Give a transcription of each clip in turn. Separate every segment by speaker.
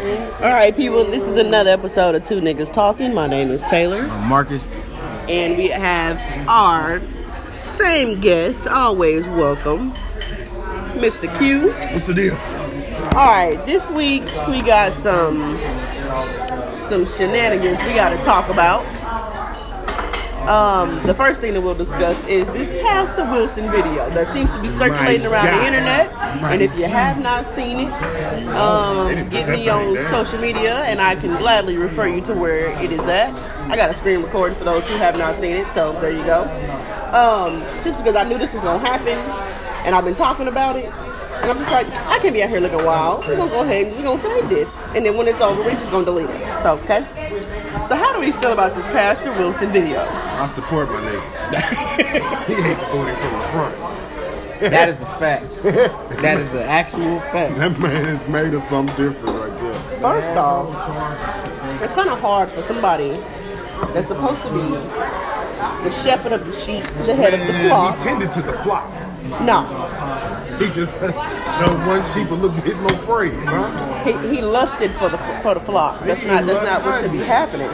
Speaker 1: All right, people, this is another episode of Two Niggas Talking. My name is Taylor,
Speaker 2: Uh, Marcus,
Speaker 1: and we have our same guest, always welcome, Mr. Q.
Speaker 2: what's the deal?
Speaker 1: All right, this week we got some some shenanigans we got to talk about. Um, the first thing that we'll discuss is this Pastor Wilson video that seems to be circulating around the
Speaker 2: God.
Speaker 1: internet.
Speaker 2: My
Speaker 1: and if you have not seen it, um, get me on social media, and I can gladly refer you to where it is at. I got a screen recording for those who have not seen it, so there you go. Um, just because I knew this was gonna happen, and I've been talking about it, and I'm just like, I can be out here looking wild. We're gonna go ahead and we're gonna say this, and then when it's over, we're just gonna delete it. So okay. So how do we feel about this Pastor Wilson video?
Speaker 3: I support my nigga. he ain't voting from the front.
Speaker 2: That is a fact. that is an actual fact.
Speaker 3: That man is made of something different right there.
Speaker 1: First off, it's kind of hard for somebody that's supposed to be the shepherd of the sheep, the head of the
Speaker 3: Man,
Speaker 1: flock.
Speaker 3: he tended to the flock.
Speaker 1: No,
Speaker 3: He just showed one sheep a little bit more praise, huh?
Speaker 1: he, he lusted for the for the flock. That's
Speaker 3: He
Speaker 1: not that's not what should
Speaker 3: lusted.
Speaker 1: be happening.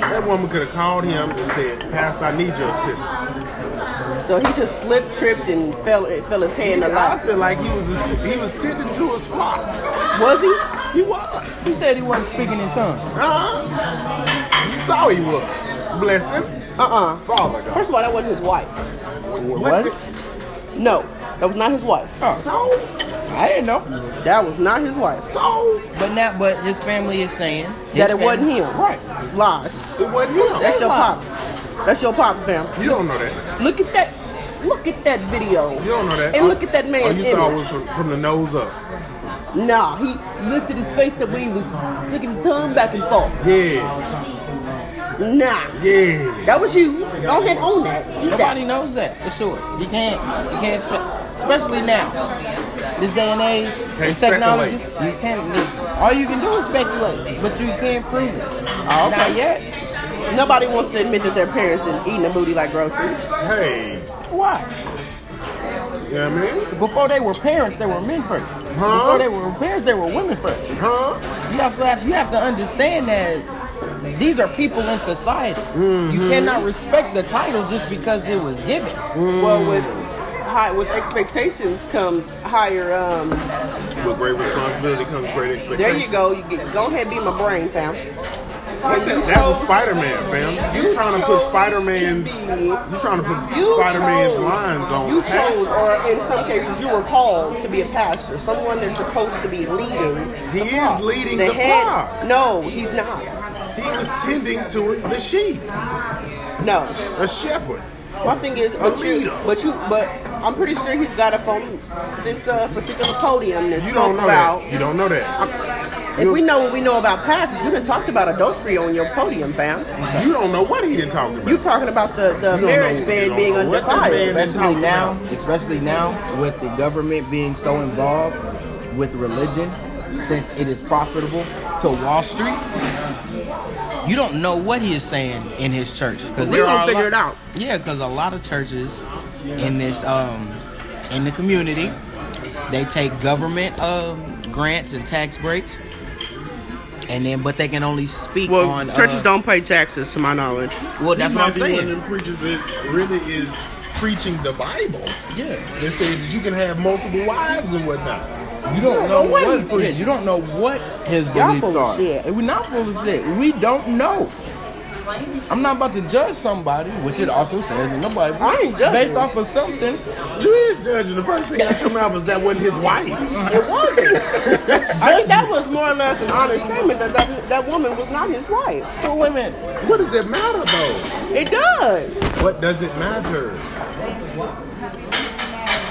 Speaker 3: That woman could have called him and said, Pastor, I need your assistance.
Speaker 1: So he just slipped, tripped, and fell it fell his head in the
Speaker 3: I
Speaker 1: lap.
Speaker 3: feel like he was a, he was tending to his flock.
Speaker 1: Was he?
Speaker 3: He was.
Speaker 2: He said he wasn't speaking in tongues.
Speaker 3: Huh? You saw he was. Bless him.
Speaker 1: Uh uh
Speaker 3: Father God.
Speaker 1: First of all, that wasn't his wife.
Speaker 2: What?
Speaker 1: No, that was not his wife.
Speaker 3: the- So?
Speaker 2: I didn't know.
Speaker 1: That was not his wife.
Speaker 3: So?
Speaker 2: But not. But his family is saying
Speaker 1: That
Speaker 2: his
Speaker 1: it wasn't
Speaker 2: fam-
Speaker 1: him.
Speaker 2: Right.
Speaker 1: Lies.
Speaker 3: It wasn't him.
Speaker 1: That's your pops. That's your pops, fam.
Speaker 3: You don't know that.
Speaker 1: Look at that. Look at that video.
Speaker 3: You don't know that.
Speaker 1: And look at that man's
Speaker 3: All you saw
Speaker 1: image.
Speaker 3: was from, from the nose up.
Speaker 1: Nah, he lifted his face up when he was flicking the tongue back and forth.
Speaker 3: Yeah,
Speaker 1: Nah,
Speaker 3: yeah.
Speaker 1: that was you. Go ahead, own that. Eat
Speaker 2: Nobody
Speaker 1: that.
Speaker 2: knows that for sure. You can't. You can't. Spe- especially now, this day and age, and technology. You can't listen. All you can do is speculate, but you can't prove it.
Speaker 3: Ah,
Speaker 2: Not yet.
Speaker 1: Nobody wants to admit that their parents are eating a booty like groceries.
Speaker 3: Hey,
Speaker 2: Why?
Speaker 3: you know what I mean?
Speaker 2: Before they were parents, they were men first.
Speaker 3: Huh?
Speaker 2: Before they were parents, they were women first.
Speaker 3: Huh?
Speaker 2: You have to have, you have to understand that these are people in society. You cannot respect the title just because it was given.
Speaker 3: Mm.
Speaker 1: Well, with high with expectations comes higher. Um,
Speaker 3: With great responsibility comes great expectation.
Speaker 1: there you go. You get, go ahead, be my brain, fam. And you
Speaker 3: That, that was
Speaker 1: chose-
Speaker 3: Spider Man, fam. You,
Speaker 1: You
Speaker 3: trying to
Speaker 1: chose
Speaker 3: put Spider Man's
Speaker 1: to be-
Speaker 3: you trying to put
Speaker 1: You
Speaker 3: Spider Man's
Speaker 1: chose-
Speaker 3: lines on
Speaker 1: You
Speaker 3: Pastor.
Speaker 1: chose, or in some cases, you were called to be a pastor, someone that's supposed to be leading.
Speaker 3: He is leading the,
Speaker 1: The
Speaker 3: flock.
Speaker 1: head. No, he's not.
Speaker 3: He was tending to it, the sheep,
Speaker 1: No.
Speaker 3: a shepherd.
Speaker 1: My thing is, but you,
Speaker 3: leader.
Speaker 1: but you, but I'm pretty sure he's got up on this uh, particular podium that
Speaker 3: You
Speaker 1: spoke
Speaker 3: don't know
Speaker 1: about.
Speaker 3: that. You don't know that.
Speaker 1: If we know what we know about pastors, you done talked about adultery on your podium, fam.
Speaker 3: You don't know what he didn't talk about.
Speaker 1: You talking about the, the
Speaker 3: know-
Speaker 1: marriage
Speaker 3: you
Speaker 1: bed
Speaker 3: don't
Speaker 1: being
Speaker 3: know what that man
Speaker 1: undefiled.
Speaker 3: is.
Speaker 2: Especially
Speaker 3: talking
Speaker 2: now, especially now with the government being so involved with religion, since it is profitable to Wall Street. You don't know what he is saying in his church because
Speaker 1: We
Speaker 2: there
Speaker 1: gonna
Speaker 2: are a
Speaker 1: figure
Speaker 2: lot-
Speaker 1: it out.
Speaker 2: Yeah, because a lot of churches in this um in the community they take government um grants and tax breaks, and then but they can only speak on uh,
Speaker 1: don't pay taxes, to my knowledge.
Speaker 2: Well, that's what
Speaker 3: He might
Speaker 2: I'm
Speaker 3: be one of
Speaker 2: saying.
Speaker 3: them preachers that really is preaching the Bible.
Speaker 2: Yeah.
Speaker 3: They say that you can have multiple wives and whatnot.
Speaker 2: You don't
Speaker 3: Yeah,
Speaker 2: know
Speaker 3: but what
Speaker 2: what
Speaker 3: he
Speaker 2: he is. You don't know what his
Speaker 1: Y'all
Speaker 2: beliefs
Speaker 1: full of
Speaker 2: are.
Speaker 1: shit.
Speaker 2: And We're not full of shit. We don't know. I'm not about to judge somebody, which it also says in the Bible,
Speaker 1: I ain't judging.
Speaker 2: based off of something.
Speaker 3: You is judging. The first thing out your mouth was that wasn't his wife.
Speaker 1: It wasn't. I think that was more or less an honest statement that that, that woman was not his wife.
Speaker 2: But wait a minute.
Speaker 3: What does it matter though?
Speaker 1: It does.
Speaker 3: What does it matter?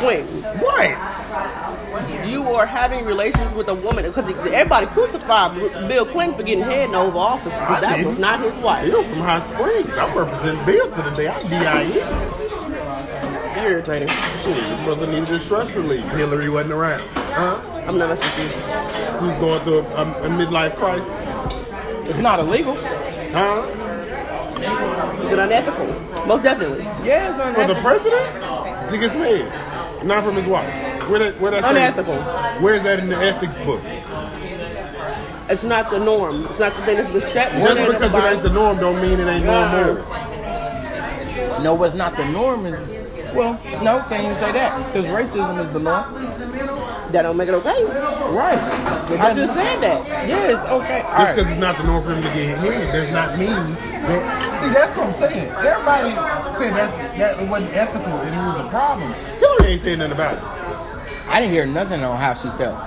Speaker 1: When
Speaker 3: What?
Speaker 1: you are having relations with a woman, because everybody crucified Bill Clinton for getting head in the Oval Office, but that was not his wife.
Speaker 3: Bill from Hot Springs. I represent Bill to the day I die.
Speaker 1: Irritating.
Speaker 3: Shit, your brother needed a stress relief. Hillary wasn't around. Huh?
Speaker 1: I'm not messing with
Speaker 3: Who's going through a, a, a midlife crisis?
Speaker 2: It's not illegal.
Speaker 3: Huh?
Speaker 1: you. Is it unethical? Most definitely.
Speaker 2: Yeah, it's
Speaker 3: For the
Speaker 2: unethical.
Speaker 3: president? To get some head. Not from his wife. Where that, where that say-
Speaker 1: Unethical.
Speaker 3: Where's that in the ethics book?
Speaker 1: It's not the norm. It's not the thing that's been set.
Speaker 3: Just because it ain't the norm don't mean it ain't normal.
Speaker 2: No, what's not the norm is. Well, no, can't even say that because racism is the norm.
Speaker 1: that don't make it okay.
Speaker 2: Right.
Speaker 1: I just said that.
Speaker 2: Yeah, it's okay. All
Speaker 3: Just
Speaker 2: right.
Speaker 3: because it's not the norm for him to get hit does not mean that.
Speaker 4: See, that's what I'm saying. Everybody said that's that it wasn't ethical and it was a problem.
Speaker 3: Hillary ain't saying nothing about it.
Speaker 2: I didn't hear nothing on how she felt.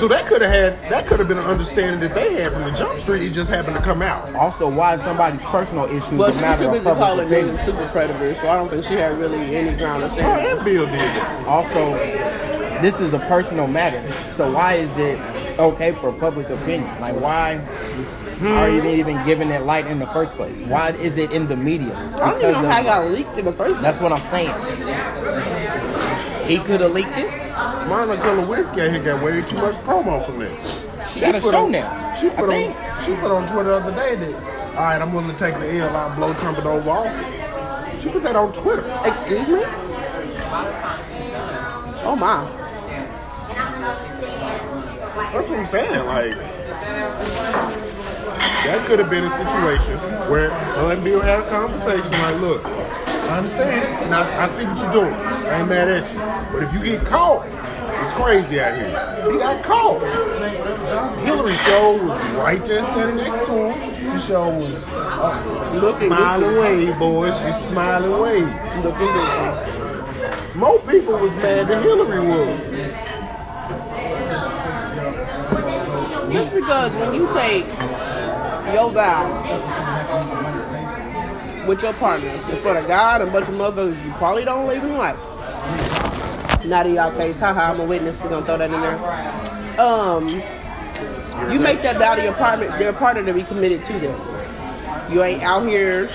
Speaker 3: So that could have had that could have been an understanding that they had from the jump street. It just happened to come out.
Speaker 2: Also, why is somebody's personal issues
Speaker 1: But
Speaker 2: a
Speaker 1: she was
Speaker 2: matter
Speaker 1: too
Speaker 2: of
Speaker 1: busy calling
Speaker 2: public
Speaker 1: niggas
Speaker 2: opinion?
Speaker 1: super predators, so I don't think she had really any ground to say.
Speaker 3: Oh,
Speaker 1: that.
Speaker 3: and Bill did that.
Speaker 2: Also, this is a personal matter. So why is it okay for public opinion? Like why are you even giving it light in the first place? Why is it in the media?
Speaker 1: I don't even
Speaker 2: Because
Speaker 1: know
Speaker 2: of-
Speaker 1: how it got leaked in the first place.
Speaker 2: That's what I'm saying. He could have leaked it.
Speaker 3: Monica Lewinsky out here got way too much promo from that.
Speaker 2: She got a
Speaker 3: put
Speaker 2: show
Speaker 3: on-
Speaker 2: now.
Speaker 3: She
Speaker 2: I
Speaker 3: put
Speaker 2: think.
Speaker 3: on she put on Twitter the other day that all right, I'm willing to take the L. I'll blow Trump in the Oval Office. She put that on Twitter.
Speaker 1: Excuse me? Oh my.
Speaker 3: That's what I'm saying. Like that could have been a situation where let Bill had a conversation. Like, look, I understand. Now I see what you're doing. I ain't mad at you. But if you get caught, it's crazy out here. He got caught. Hillary Show was right there standing next to him. She show was uh,
Speaker 1: Looking,
Speaker 3: smiling
Speaker 1: looking.
Speaker 3: wave, boys. She's smiling wave.
Speaker 1: The video.
Speaker 3: More people was mad than Hillary was.
Speaker 1: Just because when you take your vow with your partner in front of God and a bunch of motherfuckers, you probably don't leave in life. Not in y'all case. Haha, I'm a witness. We're gonna throw that in there. Um, you make that vow to your partner, their partner to be committed to them. You ain't out here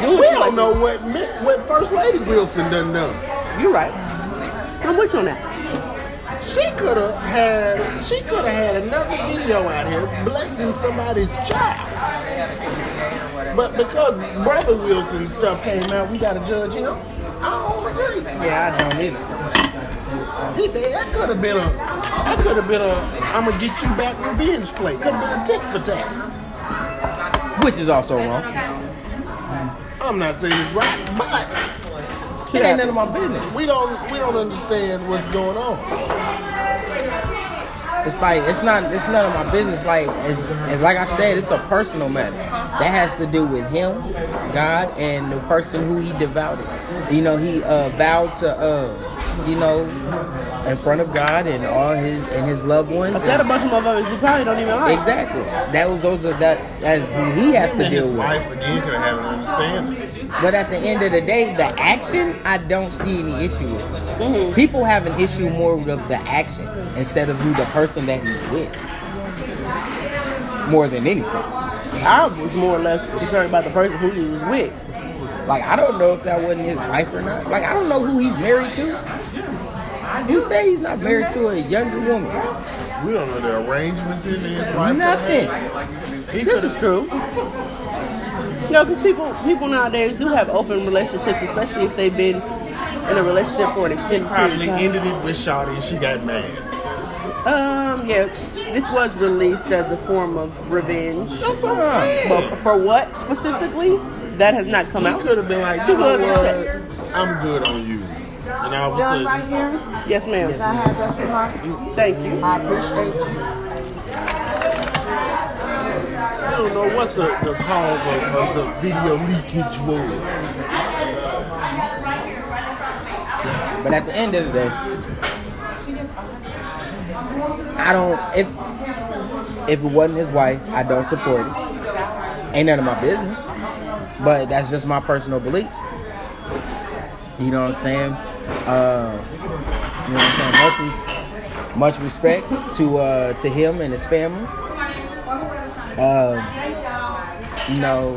Speaker 1: doing
Speaker 3: We
Speaker 1: shit like
Speaker 3: don't know what Mi- what First Lady Wilson done done.
Speaker 1: You're right. I'm with you on that.
Speaker 3: She could have had she could have had another video out here blessing somebody's child. But because Brother Wilson stuff came out, we gotta judge him. I
Speaker 2: Yeah, I don't either.
Speaker 3: don't agree. He said that could have been a that could have been a I'm gonna get you back revenge play. Could have been a tick for tack.
Speaker 2: Which is also wrong.
Speaker 3: I'm not saying it's right, but
Speaker 2: It ain't none of my business.
Speaker 3: we don't we don't understand what's going on.
Speaker 2: It's like it's not it's none of my business. Like it's, it's like I said, it's a personal matter that has to do with him, God, and the person who he devouted. You know, he uh, vowed to, uh, you know, in front of God and all his and his loved
Speaker 1: I
Speaker 2: ones.
Speaker 1: said a bunch of motherfuckers you probably don't even like.
Speaker 2: Exactly. That was those are that as who he has to deal with.
Speaker 3: again could have had an understanding.
Speaker 2: But at the end of the day, the action I don't see any issue with. People have an issue more with the action instead of who the person that he's with. More than anything.
Speaker 1: I was more or less concerned about the person who he was with.
Speaker 2: Like I don't know if that wasn't his wife or not. Like I don't know who he's married to. You say he's not married to a younger woman.
Speaker 3: We don't know the arrangements in there. Like
Speaker 2: Nothing.
Speaker 1: This is true. No, because people people nowadays do have open relationships, especially if they've been in a relationship for an extended period.
Speaker 3: Probably
Speaker 1: Of time.
Speaker 3: ended it with Shawty and she got mad.
Speaker 1: Um, yeah, this was released as a form of revenge.
Speaker 3: That's what I'm saying.
Speaker 1: But for what specifically? That has not come out.
Speaker 3: could have been like,
Speaker 1: She
Speaker 3: you know
Speaker 1: was upset.
Speaker 3: what? I'm good on you. And all of a
Speaker 5: Done right
Speaker 3: sudden,
Speaker 5: here.
Speaker 1: Yes,
Speaker 5: Can
Speaker 1: ma'am.
Speaker 5: I have this remark?
Speaker 1: Thank you.
Speaker 5: I appreciate you.
Speaker 3: I don't know what the, the cause of, of the video leakage was.
Speaker 2: But at the end of the day, I don't if if it wasn't his wife, I don't support it. Ain't none of my business. But that's just my personal belief. You know what I'm saying? Uh, you know what I'm saying? Much, res- much respect to uh, to him and his family. Um, you know,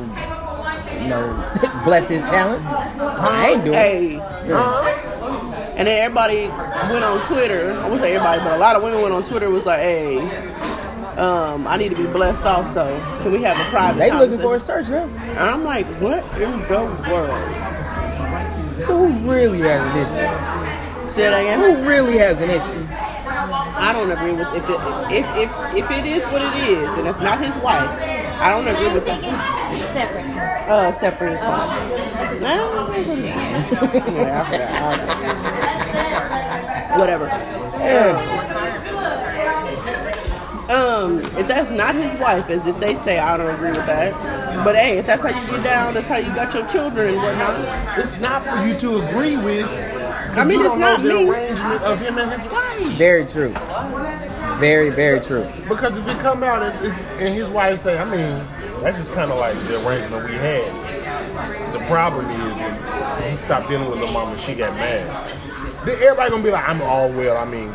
Speaker 2: you know, bless his talent. I ain't doing it.
Speaker 1: Hey. Uh-huh.
Speaker 2: Yeah.
Speaker 1: And then everybody went on Twitter. I wouldn't say everybody, but a lot of women went on Twitter. Was like, "Hey, um, I need to be blessed. Also, can we have a private?"
Speaker 2: They looking for a
Speaker 1: conversation?"
Speaker 2: search now.
Speaker 1: And I'm like, "What in the world?"
Speaker 2: So who really has an issue?
Speaker 1: Say that again.
Speaker 2: Who really has an issue?
Speaker 1: I I don't agree with if it, if if if it is what it is and it's not his wife. I don't agree
Speaker 6: Same
Speaker 1: with
Speaker 6: ticket,
Speaker 1: that.
Speaker 6: separate.
Speaker 1: Uh, separate is fine. yeah, I forgot. Whatever. Um, if that's not his wife, as if they say, I don't agree with that. But hey, if that's how you get down, that's how you got your children and whatnot.
Speaker 3: It's not for you to agree with.
Speaker 1: I mean,
Speaker 3: you
Speaker 1: it's
Speaker 3: don't know
Speaker 1: not
Speaker 3: the
Speaker 1: me.
Speaker 3: arrangement of him and his wife.
Speaker 2: Very true. Very, very true.
Speaker 3: Because if it come out and, it's, and his wife say, I mean, that's just kind of like the arrangement we had. The problem is that he stopped dealing with the mama and she got mad. Then everybody gonna be like, I'm all well. I mean,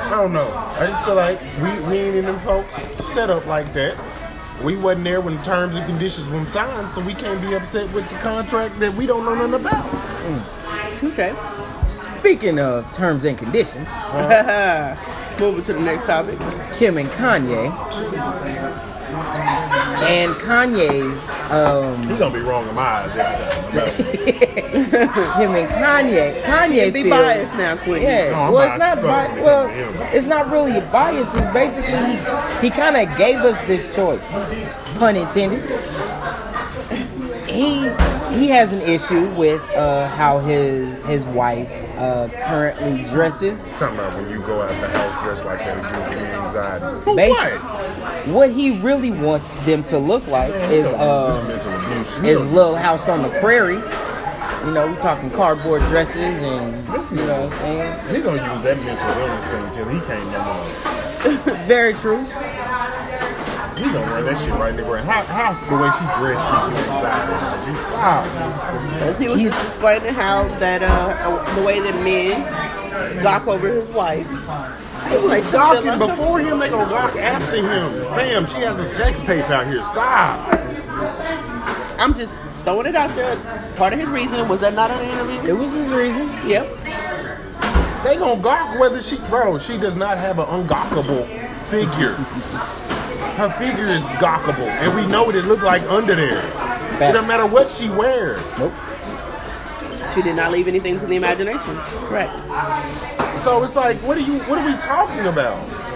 Speaker 3: I don't know. I just feel like we, we ain't in them folks set up like that. We wasn't there when the terms and conditions were signed, so we can't be upset with the contract that we don't know nothing about.
Speaker 1: Touche.
Speaker 2: Speaking of terms and conditions,
Speaker 1: Moving to the next topic.
Speaker 2: Kim and Kanye. And Kanye's um
Speaker 3: He's gonna be wrong in my eyes every time.
Speaker 2: Kim and Kanye. Kanye
Speaker 1: Be
Speaker 2: feels
Speaker 1: biased now, Queen.
Speaker 2: Yeah.
Speaker 3: No, I'm
Speaker 2: well, it's
Speaker 3: biased
Speaker 2: not
Speaker 3: as
Speaker 2: bi-
Speaker 3: fuck.
Speaker 2: well, it's not really a bias. It's basically he he kind of gave us this choice, pun intended. He he has an issue with uh, how his his wife uh, currently dresses.
Speaker 3: Talking about when you go out the house dressed like that, it gives you anxiety. For
Speaker 2: Basi-
Speaker 3: what?
Speaker 2: What he really wants them to look like is um,
Speaker 3: This mental abuse.
Speaker 2: his little house on the prairie. You know, we talking cardboard dresses and you know what I'm saying?
Speaker 3: He gonna use that mental illness thing till he can't no more.
Speaker 2: Very true.
Speaker 3: He gonna run that shit right in the ground. How, how's the way she dressed gives you anxiety? She stop.
Speaker 1: He was
Speaker 2: He's-
Speaker 1: just explaining how that uh, the way that men gawk over his wife.
Speaker 3: They was gawking before him. They gonna gawk after him. Damn, she has a sex tape out here. Stop.
Speaker 1: I'm just throwing it out there as part of his reasoning. Was that not an
Speaker 2: It
Speaker 1: interview?
Speaker 2: was his reason.
Speaker 1: Yep.
Speaker 3: They gonna gawk whether she, bro. She does not have an ungawkable figure. Her figure is gawkable, and we know what it looked like under there. It
Speaker 2: Facts.
Speaker 3: don't matter what she wears.
Speaker 2: Nope.
Speaker 1: She did not leave anything to the imagination. Correct.
Speaker 3: So it's like, what are you? What are we talking about?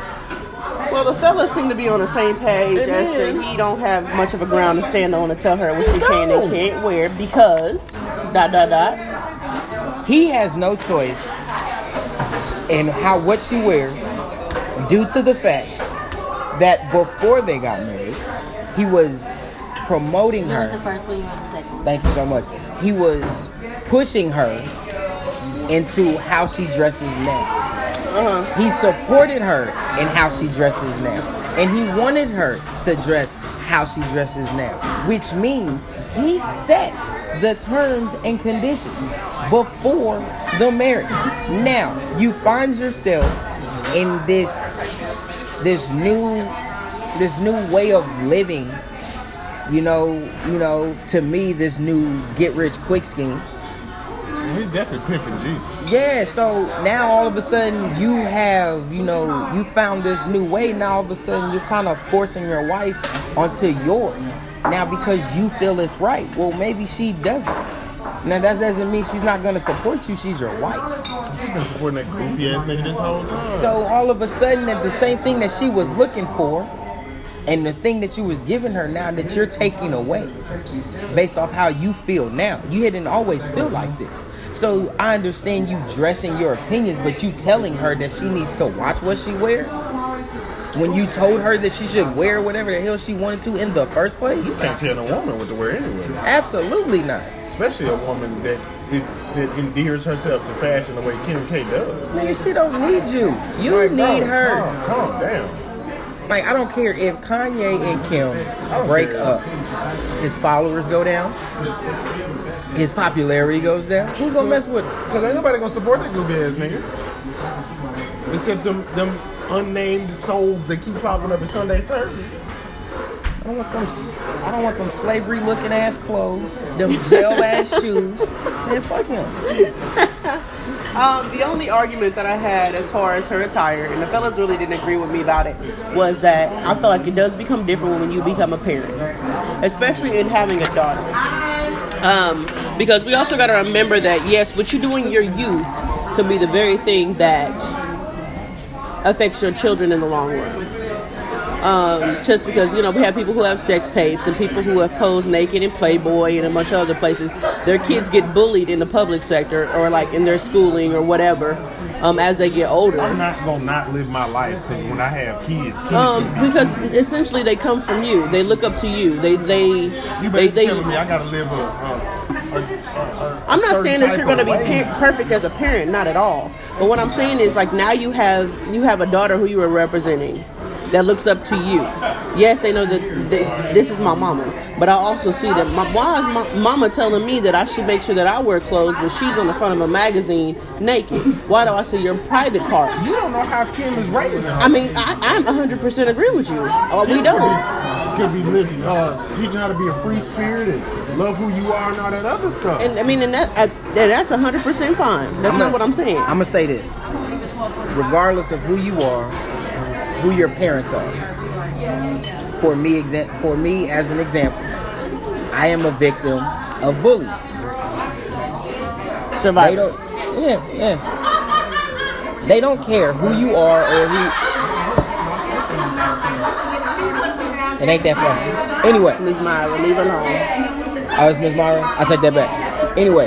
Speaker 1: Well, the fellas seem to be on the same page
Speaker 3: They
Speaker 1: as
Speaker 3: did.
Speaker 1: to he don't have much of a ground to stand on to tell her what she can
Speaker 3: No.
Speaker 1: and can't wear because dot dot dot.
Speaker 2: He has no choice in how what she wears due to the fact that before they got married, he was promoting
Speaker 6: That was
Speaker 2: her.
Speaker 6: the first one, you went the second one.
Speaker 2: Thank you so much. He was pushing her into how she dresses now.
Speaker 3: Uh-huh.
Speaker 2: He supported her in how she dresses now. And he wanted her to dress how she dresses now, which means he set the terms and conditions before the marriage. Now, you find yourself in this this new this new way of living you know, you know, to me, this new get rich quick scheme.
Speaker 3: He's definitely pimping Jesus.
Speaker 2: Yeah, so now all of a sudden you have, you know, you found this new way. Now all of a sudden you're kind of forcing your wife onto yours. Now because you feel it's right. Well, maybe she doesn't. Now that doesn't mean she's not gonna support you. She's your wife.
Speaker 3: He's been supporting that goofy ass nigga this whole time.
Speaker 2: So all of a sudden, that the same thing that she was looking for, and the thing that you was giving her now that you're taking away, based off how you feel now. You didn't always feel like this. So I understand you dressing your opinions, but you telling her that she needs to watch what she wears. When you told her that she should wear whatever the hell she wanted to in the first place?
Speaker 3: you can't tell a woman what to wear anyway,
Speaker 2: Absolutely not.
Speaker 3: especially a woman that that endears herself to fashion the way Kim K does.
Speaker 2: Nigga, she don't need you. You need
Speaker 3: Bro,
Speaker 2: her.
Speaker 3: Calm, calm down.
Speaker 2: Like I don't care if Kanye and Kim break up, his followers go down, his popularity goes down. Who's gonna mess with? Him?
Speaker 3: Cause ain't nobody gonna support that goofy ass nigga, except them them unnamed souls that keep popping up at Sunday service.
Speaker 2: I don't want them. s- I don't want them slavery looking ass clothes, them gel ass shoes. Man, fuck him.
Speaker 1: Um, the only argument that I had as far as her attire, and the fellas really didn't agree with me about it, was that I feel like it does become different when you become a parent, especially in having a daughter. Um, because we also got to remember that yes, what you do in your youth could be the very thing that affects your children in the long run. Um, just because you know we have people who have sex tapes and people who have posed naked in Playboy and a bunch of other places, their kids get bullied in the public sector or like in their schooling or whatever um, as they get older.
Speaker 3: I'm not gonna not live my life because when I have kids, kids
Speaker 1: Um,
Speaker 3: will be-
Speaker 1: because essentially they come from you. They look up to you. They they
Speaker 3: you
Speaker 1: they,
Speaker 3: basically
Speaker 1: they
Speaker 3: telling me I gotta live a. a, a, a, a
Speaker 1: I'm not
Speaker 3: certain
Speaker 1: saying that
Speaker 3: type
Speaker 1: you're going to
Speaker 3: of
Speaker 1: be
Speaker 3: way.
Speaker 1: pa- perfect as a parent, not at all. But what I'm saying is like now you have you have a daughter who you are representing that looks up to you. Yes, they know that that this is my mama, but I also see that my why is my mama telling me that I should make sure that I wear clothes when she's on the front of a magazine naked. Why do I see your private parts?
Speaker 3: You don't know how Kim is raising her.
Speaker 1: I mean, I, I'm 100% agree with you. Uh, we don't.
Speaker 3: Could be living, uh, teaching how to be a free spirit and love who you are and all that other stuff.
Speaker 1: And I mean, and that uh, and that's 100% fine. That's not what I'm saying.
Speaker 2: I'm gonna say this. Regardless of who you are, who your parents are. For me, exa- for me as an example, I am a victim of bullying. They
Speaker 1: Survivor.
Speaker 2: don't. Yeah, yeah. They don't care who you are or who. It ain't that far. Anyway,
Speaker 1: Miss Myra, leave her alone.
Speaker 2: I was Miss Myra. I take that back. Anyway,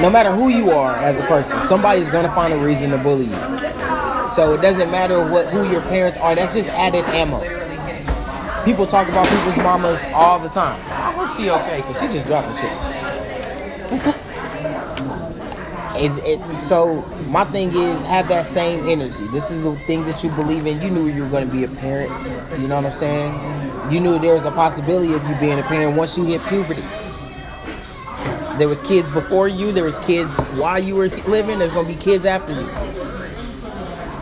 Speaker 2: no matter who you are as a person, somebody's gonna find a reason to bully you. So it doesn't matter what who your parents are. That's just added ammo. People talk about people's mamas all the time. I hope she okay because she just dropping shit. It, it, so my thing is have that same energy. This is the things that you believe in. You knew you were going to be a parent. You know what I'm saying? You knew there was a possibility of you being a parent once you hit puberty. There was kids before you. There was kids while you were living. There's going to be kids after you.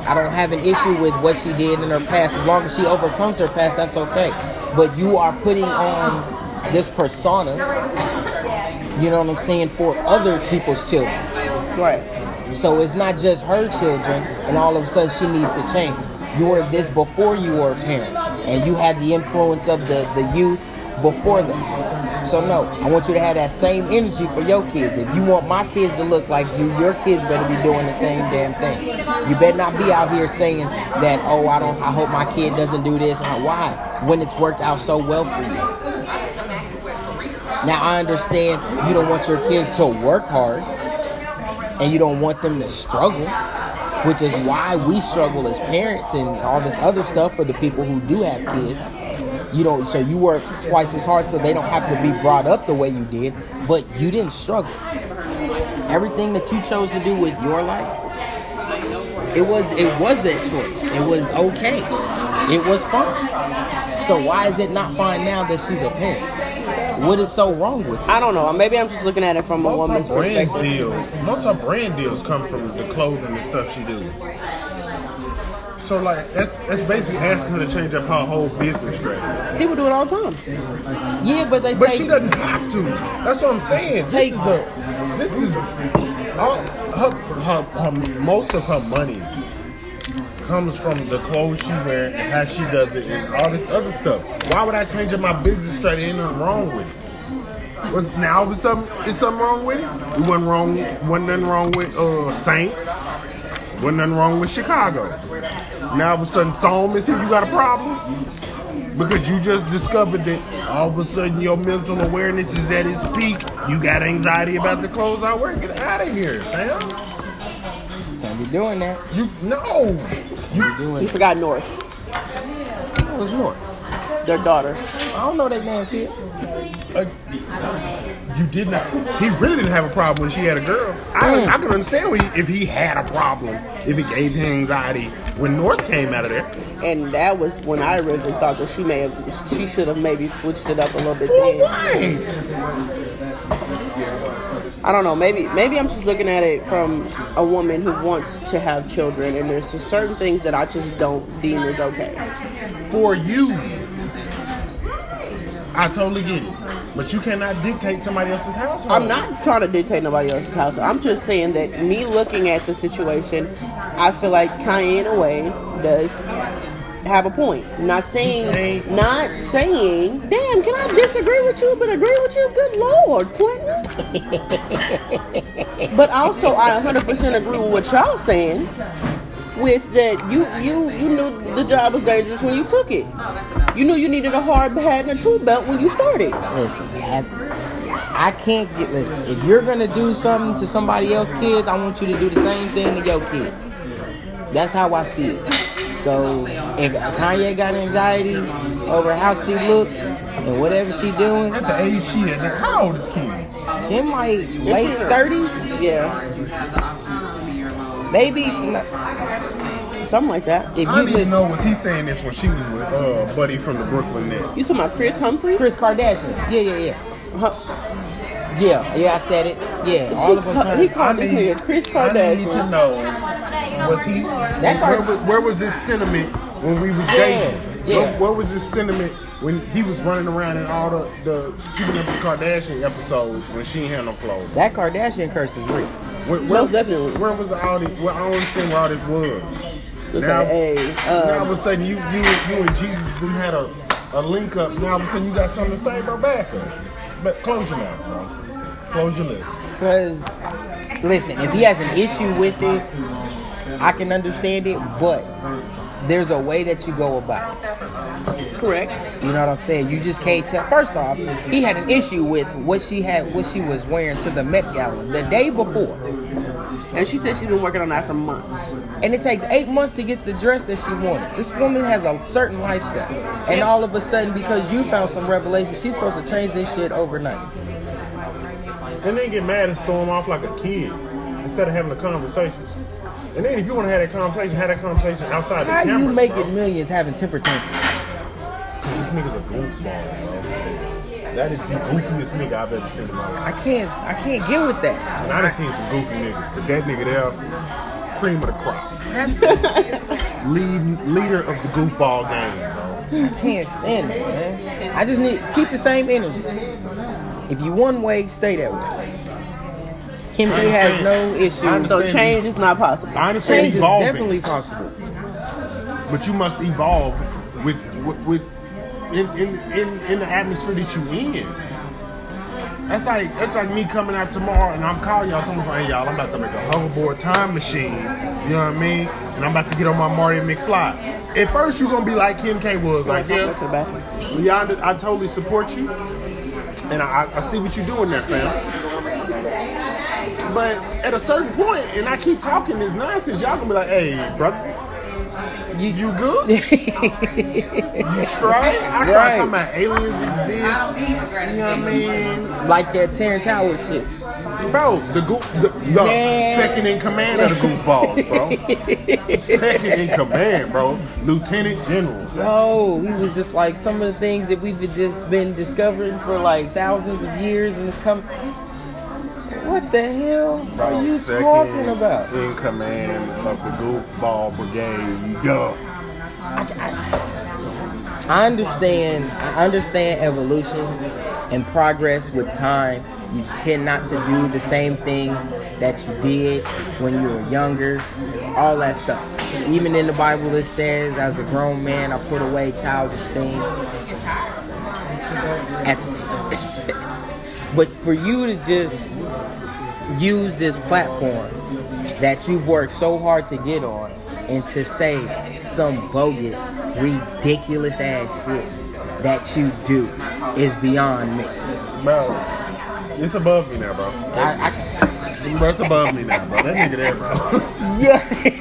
Speaker 2: I don't have an issue with what she did in her past. As long as she overcomes her past, that's okay. But you are putting on this persona. You know what I'm saying for other people's children.
Speaker 1: Right.
Speaker 2: So it's not just her children, and all of a sudden she needs to change. You were this before you were a parent, and you had the influence of the, the youth before that. So, no, I want you to have that same energy for your kids. If you want my kids to look like you, your kids better be doing the same damn thing. You better not be out here saying that, oh, I don't, I hope my kid doesn't do this. Uh, Why? When it's worked out so well for you. Now I understand you don't want your kids to work hard and you don't want them to struggle, which is why we struggle as parents and all this other stuff for the people who do have kids. You don't so you work twice as hard so they don't have to be brought up the way you did, but you didn't struggle. Everything that you chose to do with your life, it was it was that choice. It was okay. It was fine. So why is it not fine now that she's a parent? What is so wrong with it?
Speaker 1: I don't know. Maybe I'm just looking at it from a
Speaker 3: Most
Speaker 1: woman's
Speaker 3: of her brand
Speaker 1: perspective.
Speaker 3: deals, most of her brand deals come from the clothing and stuff she do. So like that's that's basically asking her to change up her whole business strategy.
Speaker 1: People do it all the time.
Speaker 2: Yeah, but they
Speaker 3: But
Speaker 2: take
Speaker 3: she doesn't have to. That's what I'm saying.
Speaker 2: Take-
Speaker 3: this is a this is all, her, her, her most of her money comes from the clothes she wears and how she does it and all this other stuff. Why would I change up my business strategy? Ain't nothing wrong with it. Was now all of a sudden is something wrong with it? It wasn't wrong. Wasn't nothing wrong with uh Saint. Wasn't nothing wrong with Chicago. Now all of a sudden Psalm is here. You got a problem because you just discovered that all of a sudden your mental awareness is at its peak. You got anxiety about the clothes I wear. Get out of here, fam.
Speaker 2: Can't be doing that.
Speaker 3: You no. You
Speaker 1: You forgot North,
Speaker 2: It was more.
Speaker 1: their daughter.
Speaker 2: I don't know that damn kid.
Speaker 3: Uh, you did not. He really didn't have a problem when she had a girl. I, I can understand when he, if he had a problem, if it gave him anxiety when North came out of there.
Speaker 1: And that was when I originally thought that she may have, she should have maybe switched it up a little bit.
Speaker 3: For
Speaker 1: Then.
Speaker 3: what?
Speaker 1: I don't know. Maybe, maybe I'm just looking at it from a woman who wants to have children, and there's just certain things that I just don't deem as okay.
Speaker 3: For you. I totally get it, but you cannot dictate somebody else's household.
Speaker 1: I'm not trying to dictate nobody else's house. I'm just saying that me looking at the situation, I feel like Kanye in a way does have a point. Not saying,
Speaker 3: Ain't-
Speaker 1: not saying. Damn, can I disagree with you but agree with you? Good lord, Quentin. but also, I 100% agree with what y'all saying. with that you you you knew the job was dangerous when you took it. You knew you needed a hard hat and a tool belt when you started.
Speaker 2: Listen, I, I can't get. Listen, if you're gonna do something to somebody else's kids, I want you to do the same thing to your kids. That's how I see it. So if Kanye got anxiety over how she looks and whatever she doing,
Speaker 4: At the age she in there, how old is Kim?
Speaker 2: Kim like late thirties,
Speaker 1: Yeah,
Speaker 2: they be.
Speaker 1: something like that.
Speaker 2: If
Speaker 4: I
Speaker 2: you
Speaker 4: don't even know
Speaker 2: listen,
Speaker 4: was he saying this when she was with uh
Speaker 3: Buddy from the Brooklyn Net.
Speaker 1: You talking about Chris Humphries?
Speaker 2: Chris Kardashian, yeah, yeah, yeah,
Speaker 1: Hum-
Speaker 2: yeah, yeah. I said it. Yeah, all of them.
Speaker 1: ca- he
Speaker 2: Turned.
Speaker 1: called Oh, this nigga Chris
Speaker 4: I need
Speaker 1: Kardashian.
Speaker 4: to know was he
Speaker 2: That
Speaker 3: Where
Speaker 2: Kardashian.
Speaker 3: was, where was his sentiment when we was
Speaker 2: Yeah,
Speaker 3: dating?
Speaker 2: yeah.
Speaker 3: Where, where was his sentiment when he was running around in all the, the Keeping Up with Kardashian episodes when she ain't had no clothes?
Speaker 2: That Kardashian curse is real.
Speaker 3: Where, where,
Speaker 1: Most definitely.
Speaker 3: Where was all this? Where, I don't understand where all this was.
Speaker 1: Looks like, hey, um,
Speaker 3: now all of a sudden you you you and Jesus done had a, a link up. Now all of a sudden you got something to say about back up. But close your mouth, bro. Close your lips.
Speaker 2: Because, listen, if he has an issue with it, I can understand it, but there's a way that you go about it.
Speaker 1: Correct.
Speaker 2: You know what I'm saying? You just can't tell. First off, he had an issue with what she had, what she was wearing to the Met Gala the day before,
Speaker 1: And she said she's been working on that for months.
Speaker 2: and it takes eight months to get the dress that she wanted. This woman has a certain lifestyle, and all of a sudden, because you found some revelation, she's supposed to change this shit overnight.
Speaker 3: And then get mad and storm off like a kid instead of having the conversations. And then if you want to have that conversation, have that conversation outside the
Speaker 2: How
Speaker 3: camera.
Speaker 2: you making
Speaker 3: bro.
Speaker 2: millions having temper tantrums?
Speaker 3: This nigga's a goofball, bro. That is the goofiest nigga I've ever seen in my life.
Speaker 2: I can't, I can't get with that.
Speaker 3: And I done seen some goofy niggas, but that nigga there, cream of the crop. Lead, leader of the goofball game, bro.
Speaker 2: can't stand it, man. I just need keep the same energy. If you one way, stay that way. Kim K has no issues.
Speaker 1: So change is not possible.
Speaker 3: I understand
Speaker 2: Change is
Speaker 3: evolving,
Speaker 2: definitely possible.
Speaker 3: but you must evolve with with, with in, in, in, in the atmosphere that you in. That's like that's like me coming out tomorrow and I'm calling y'all telling y'all, hey y'all, I'm about to make a hoverboard time machine. You know what I mean? And I'm about to get on my Marty McFly. At first you're gonna be like Kim K was, like,
Speaker 1: Go
Speaker 3: yeah,
Speaker 1: to the bathroom.
Speaker 3: Leonda, I totally support you, and I, I- I see what you're doing there, fam. But at a certain point, and I keep talking this nonsense, y'all gonna be like, "Hey, brother, you, you good? you straight?" I start
Speaker 2: Right.
Speaker 3: talking about aliens exist. You know what I
Speaker 2: Like that Terrence Howard shit.
Speaker 3: mean, bro? The goof, the, the
Speaker 2: Man.
Speaker 3: second in command of the goofballs, bro. second in command, bro. Lieutenant General.
Speaker 2: No, he was just like some of the things that we've just been discovering for like thousands of years, and it's come. What the hell are you
Speaker 3: Second
Speaker 2: talking about?
Speaker 3: In command of the goofball brigade. Duh.
Speaker 2: I understand. I understand evolution and progress with time. You just tend not to do the same things that you did when you were younger. All that stuff. Even in the Bible, it says, "As a grown man, I put away childish things." At- but for you to just use this platform that you've worked so hard to get on and to say some bogus, ridiculous ass shit that you do is beyond me.
Speaker 3: Bro, it's above me now, bro.
Speaker 2: I, I,
Speaker 3: Bro, it's above me now, bro. That nigga there, bro.
Speaker 2: yeah.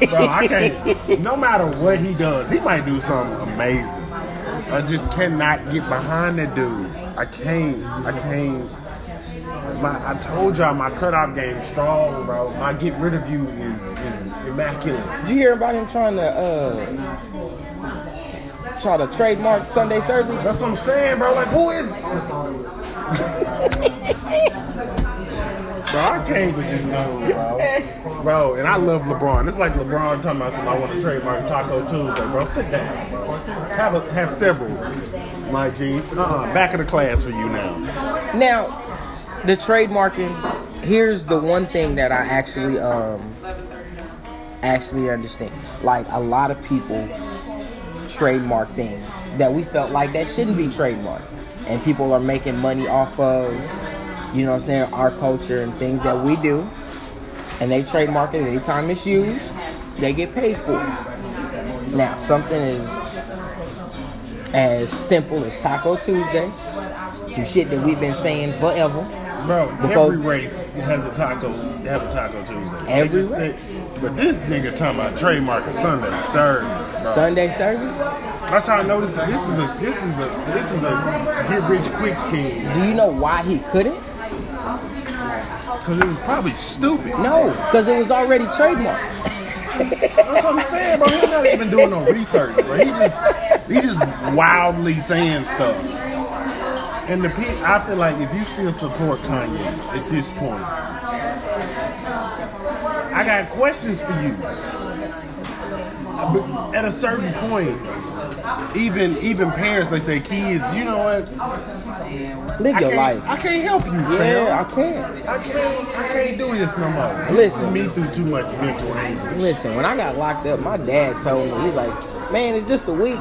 Speaker 3: Bro, I can't. No matter what he does, he might do something amazing. I just cannot get behind that dude. I can't. I can't. My, I told y'all my cutoff game strong, bro. My get rid of you is is immaculate.
Speaker 2: Did you hear about him trying to uh try to trademark Sunday service?
Speaker 3: That's what I'm saying, bro. Like, who is? bro, I can't with this dude, bro. Bro, and I love LeBron. It's like LeBron talking about something I want to trademark Taco Tuesday, bro. Sit down, bro. Have a, have several. My G. Uh-uh. Back of the class for you now.
Speaker 2: Now, the trademarking, here's the one thing that I actually um actually understand. Like a lot of people trademark things that we felt like that shouldn't be trademarked. And people are making money off of, you know what I'm saying, our culture and things that we do. And they trademark it anytime it's used. they get paid for. Now, something is as simple as Taco Tuesday, some shit that we've been saying forever.
Speaker 3: Bro,
Speaker 2: Before-
Speaker 3: every race has a taco. They have a taco Tuesday. They
Speaker 2: Every
Speaker 3: just
Speaker 2: race?
Speaker 3: said- But this nigga talking about trademark of Sunday service, bro.
Speaker 2: Sunday service.
Speaker 3: That's how I know this. This is a this is a this is a get rich quick scheme
Speaker 2: Do you know why he couldn't?
Speaker 3: because it was probably stupid.
Speaker 2: No, because it was already trademarked.
Speaker 3: That's what I'm saying, bro. He's not even doing no research, bro. He just he just wildly saying stuff. And the pe- I feel like if you still support Kanye at this point, I got questions for you. But at a certain point, even even parents like their kids, you know what?
Speaker 2: Live
Speaker 3: I
Speaker 2: your
Speaker 3: can't,
Speaker 2: life.
Speaker 3: I can't help you,
Speaker 2: Yeah,
Speaker 3: fam.
Speaker 2: I can't.
Speaker 3: I can't I can't do this no more.
Speaker 2: Listen.
Speaker 3: me through too much mental anguish.
Speaker 2: Listen, when I got locked up, my dad told me, he's like, man, it's just a week.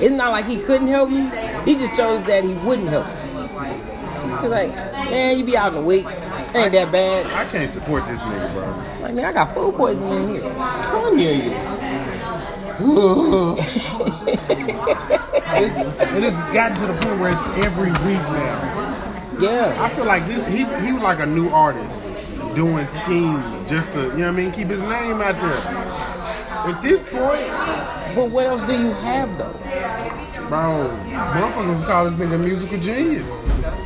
Speaker 2: It's not like he couldn't help me. He just chose that he wouldn't help me. He's like, man, you be out in a week. Ain't that bad.
Speaker 3: I can't support this nigga, bro.
Speaker 2: Like, man, I got food poisoning in here.
Speaker 3: Kanye is. it's, it has gotten to the point where it's every week now.
Speaker 2: Yeah.
Speaker 3: I feel like this, he he was like a new artist doing schemes just to you know what I mean keep his name out there. At this point,
Speaker 2: But what else do you have, though?
Speaker 3: bro, motherfuckers call this nigga a musical genius.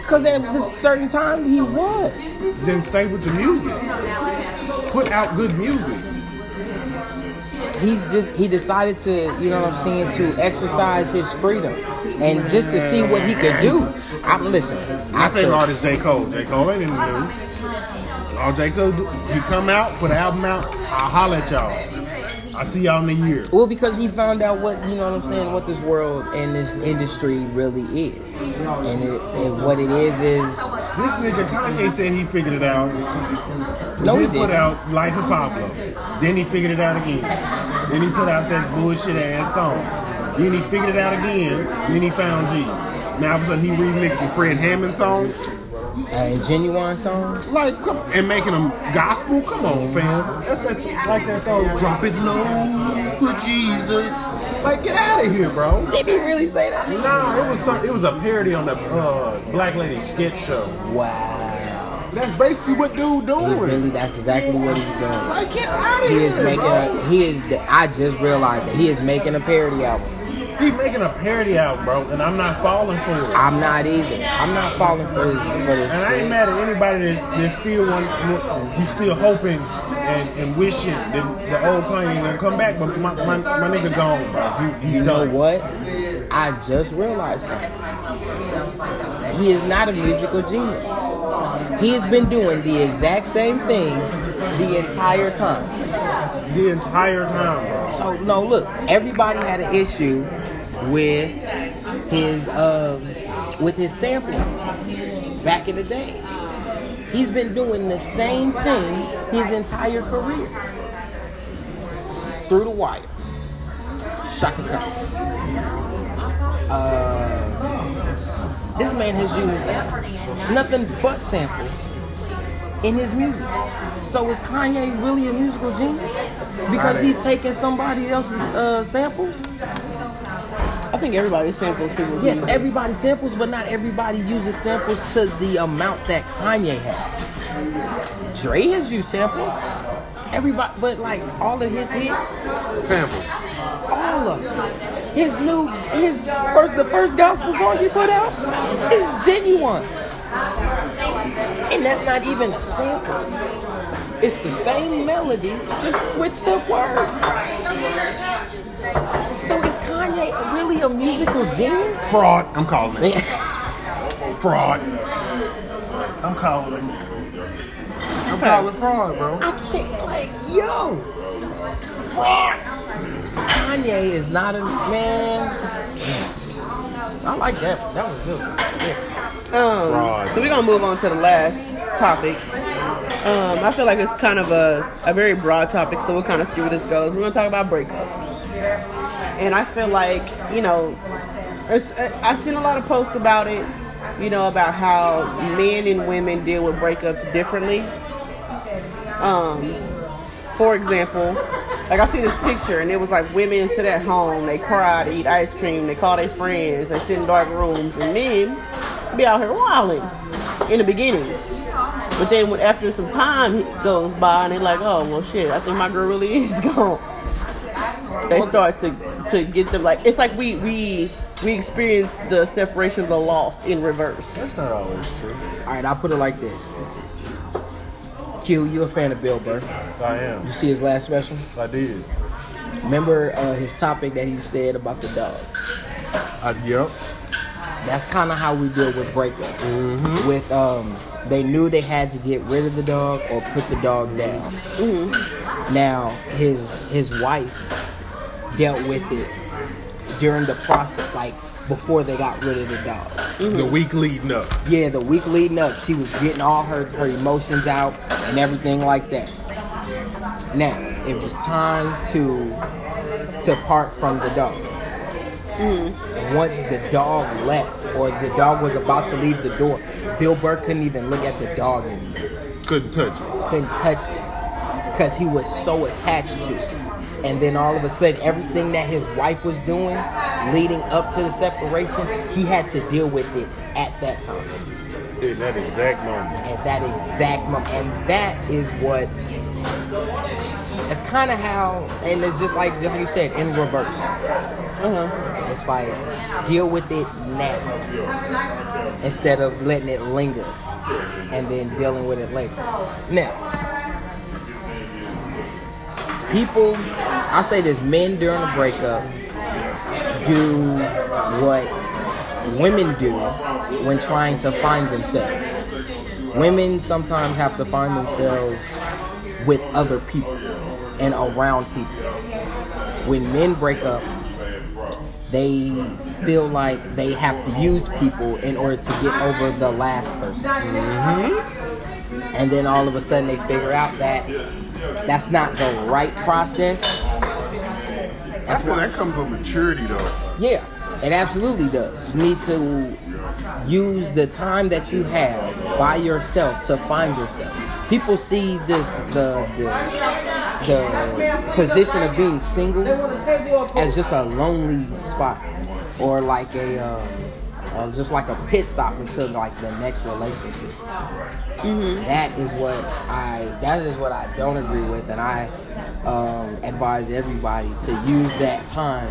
Speaker 2: Because at a certain time, he was.
Speaker 3: Then stay with the music. Put out good music.
Speaker 2: He's just, he decided to, you know what I'm saying, to exercise his freedom. And just to see what he could do. I'm listening.
Speaker 3: My
Speaker 2: I
Speaker 3: favorite
Speaker 2: said,
Speaker 3: artist J Cole. J Cole ain't in the news. All J Cole do, he come out, put an album out. I'll holler at y'all. I see y'all in a year.
Speaker 2: Well, because he found out what you know what I'm saying, what this world and this industry really is, and, it, and what it is is
Speaker 3: This nigga Kanye said he figured it out.
Speaker 2: No, he
Speaker 3: then put
Speaker 2: didn't.
Speaker 3: out Life of Pablo. Then he figured it out again. Then he put out that bullshit ass song. Then he figured it out again. Then he found Jesus. Now all of a sudden he remixing Fred Hammond songs.
Speaker 2: uh, genuine songs.
Speaker 3: Like, come and making them gospel. Come on, fam. That's that's like that song. Drop it low for Jesus. Like, get out of here, bro.
Speaker 2: Did he really say that?
Speaker 3: Nah, it was some, it was a parody on the uh, Black Lady sketch show.
Speaker 2: Wow,
Speaker 3: That's basically what dude
Speaker 2: he
Speaker 3: doing.
Speaker 2: really that's exactly what he's doing.
Speaker 3: Like, get out of
Speaker 2: He
Speaker 3: here.
Speaker 2: is making
Speaker 3: bro.
Speaker 2: a he is the, I just realized that he is making a parody album.
Speaker 3: He making a parody out, bro, and I'm not falling for it.
Speaker 2: I'm not either. I'm not falling for this for this.
Speaker 3: And I ain't
Speaker 2: shit.
Speaker 3: mad at anybody that, that still want, want you still hoping and, and wishing that the old Kanye ain't gonna come back, but my, my, my nigga gone, bro. He, he
Speaker 2: You know
Speaker 3: done.
Speaker 2: what? I just realized something. He is not a musical genius. He has been doing the exact same thing the entire time.
Speaker 3: The entire time, bro.
Speaker 2: So no, look, everybody had an issue with his um, with his sampling back in the day. He's been doing the same thing his entire career. Through the wire, Shaka Khan. Uh, this man has used nothing but samples in his music. So is Kanye really a musical genius? Because he's taking somebody else's uh, samples?
Speaker 1: I think everybody samples people's
Speaker 2: Yes,
Speaker 1: music.
Speaker 2: everybody samples, but not everybody uses samples to the amount that Kanye has. Dre has used samples. Everybody, but like all of his hits,
Speaker 3: Sample.
Speaker 2: all of them. His new, his first, the first gospel song he put out is genuine, and that's not even a sample. It's the same melody, just switched up words. So is Kanye really a musical genius?
Speaker 3: Fraud. I'm calling it. Fraud. I'm calling it. I'm calling fraud, bro.
Speaker 2: I can't, like, yo. Kanye is not a man. I like that. That was good. Yeah.
Speaker 1: Um,
Speaker 3: Right.
Speaker 1: so we're gonna move on to the last topic. Um, I feel like it's kind of a, a very broad topic, so we'll kind of see where this goes. We're gonna talk about breakups, and I feel like you know, it's, uh, I've seen a lot of posts about it. You know about how men and women deal with breakups differently. Um, for example, like I see this picture and it was like women sit at home, they cry, they eat ice cream, they call their friends, they sit in dark rooms, and men be out here wilding in the beginning. But then when, after some time goes by and they're like, oh well shit, I think my girl really is gone. They start to to get them like it's like we we we experience the separation, the loss in reverse.
Speaker 4: That's not
Speaker 3: Oh,
Speaker 4: always true.
Speaker 2: All right, I'll put it like this. Q, you a fan of Bill Burr?
Speaker 3: I am.
Speaker 2: You see his last special?
Speaker 3: I did.
Speaker 2: Remember uh, his topic that he said about the dog?
Speaker 3: I, yep.
Speaker 2: That's kind of how we deal with breakups. With um, they knew they had to get rid of the dog or put the dog down. Now his his wife dealt with it during the process, like before they got rid of the dog.
Speaker 3: The week leading up.
Speaker 2: Yeah, the week leading up, she was getting all her, her emotions out and everything like that. Now, it was time to to part from the dog. Once the dog left, or the dog was about to leave the door, Bill Burr couldn't even look at the dog anymore.
Speaker 3: Couldn't touch it.
Speaker 2: Couldn't touch it because he was so attached to it. And then all of a sudden, everything that his wife was doing leading up to the separation, he had to deal with it at that time
Speaker 3: In that exact moment.
Speaker 2: at that exact moment. And that is what. That's kind of how, and it's just like you said, in reverse. It's like deal with it now instead of letting it linger and then dealing with it later. Now, people, I say this: men during a breakup do what women do when trying to find themselves women sometimes have to find themselves with other people and around people. When men break up, they feel like they have to use people in order to get over the last person. And then all of a sudden they figure out that that's not the right process.
Speaker 3: That's when that comes with maturity, though.
Speaker 2: Yeah, it absolutely does. You need to use the time that you have by yourself to find yourself. People see this the the, the position of being single as just a lonely spot or like a um, uh, just like a pit stop until like the next relationship. That is what I that is what I don't agree with, and I um, advise everybody to use that time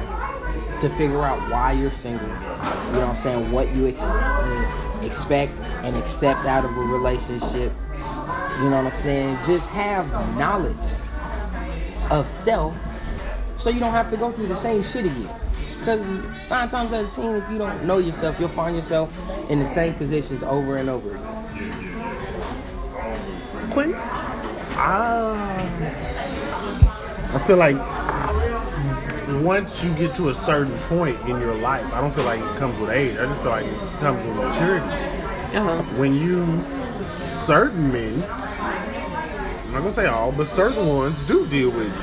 Speaker 2: to figure out why you're single. You know what I'm saying? What you ex- uh, expect and accept out of a relationship. You know what I'm saying? Just have knowledge of self so you don't have to go through the same shit again. Because nine times out of ten, if you don't know yourself, you'll find yourself in the same positions over and over again.
Speaker 1: Quentin?
Speaker 3: Ah. I feel like once you get to a certain point in your life, I don't feel like it comes with age. I just feel like it comes with maturity.
Speaker 1: Uh-huh.
Speaker 3: When you, certain men, I'm not gonna say all, but certain ones do deal with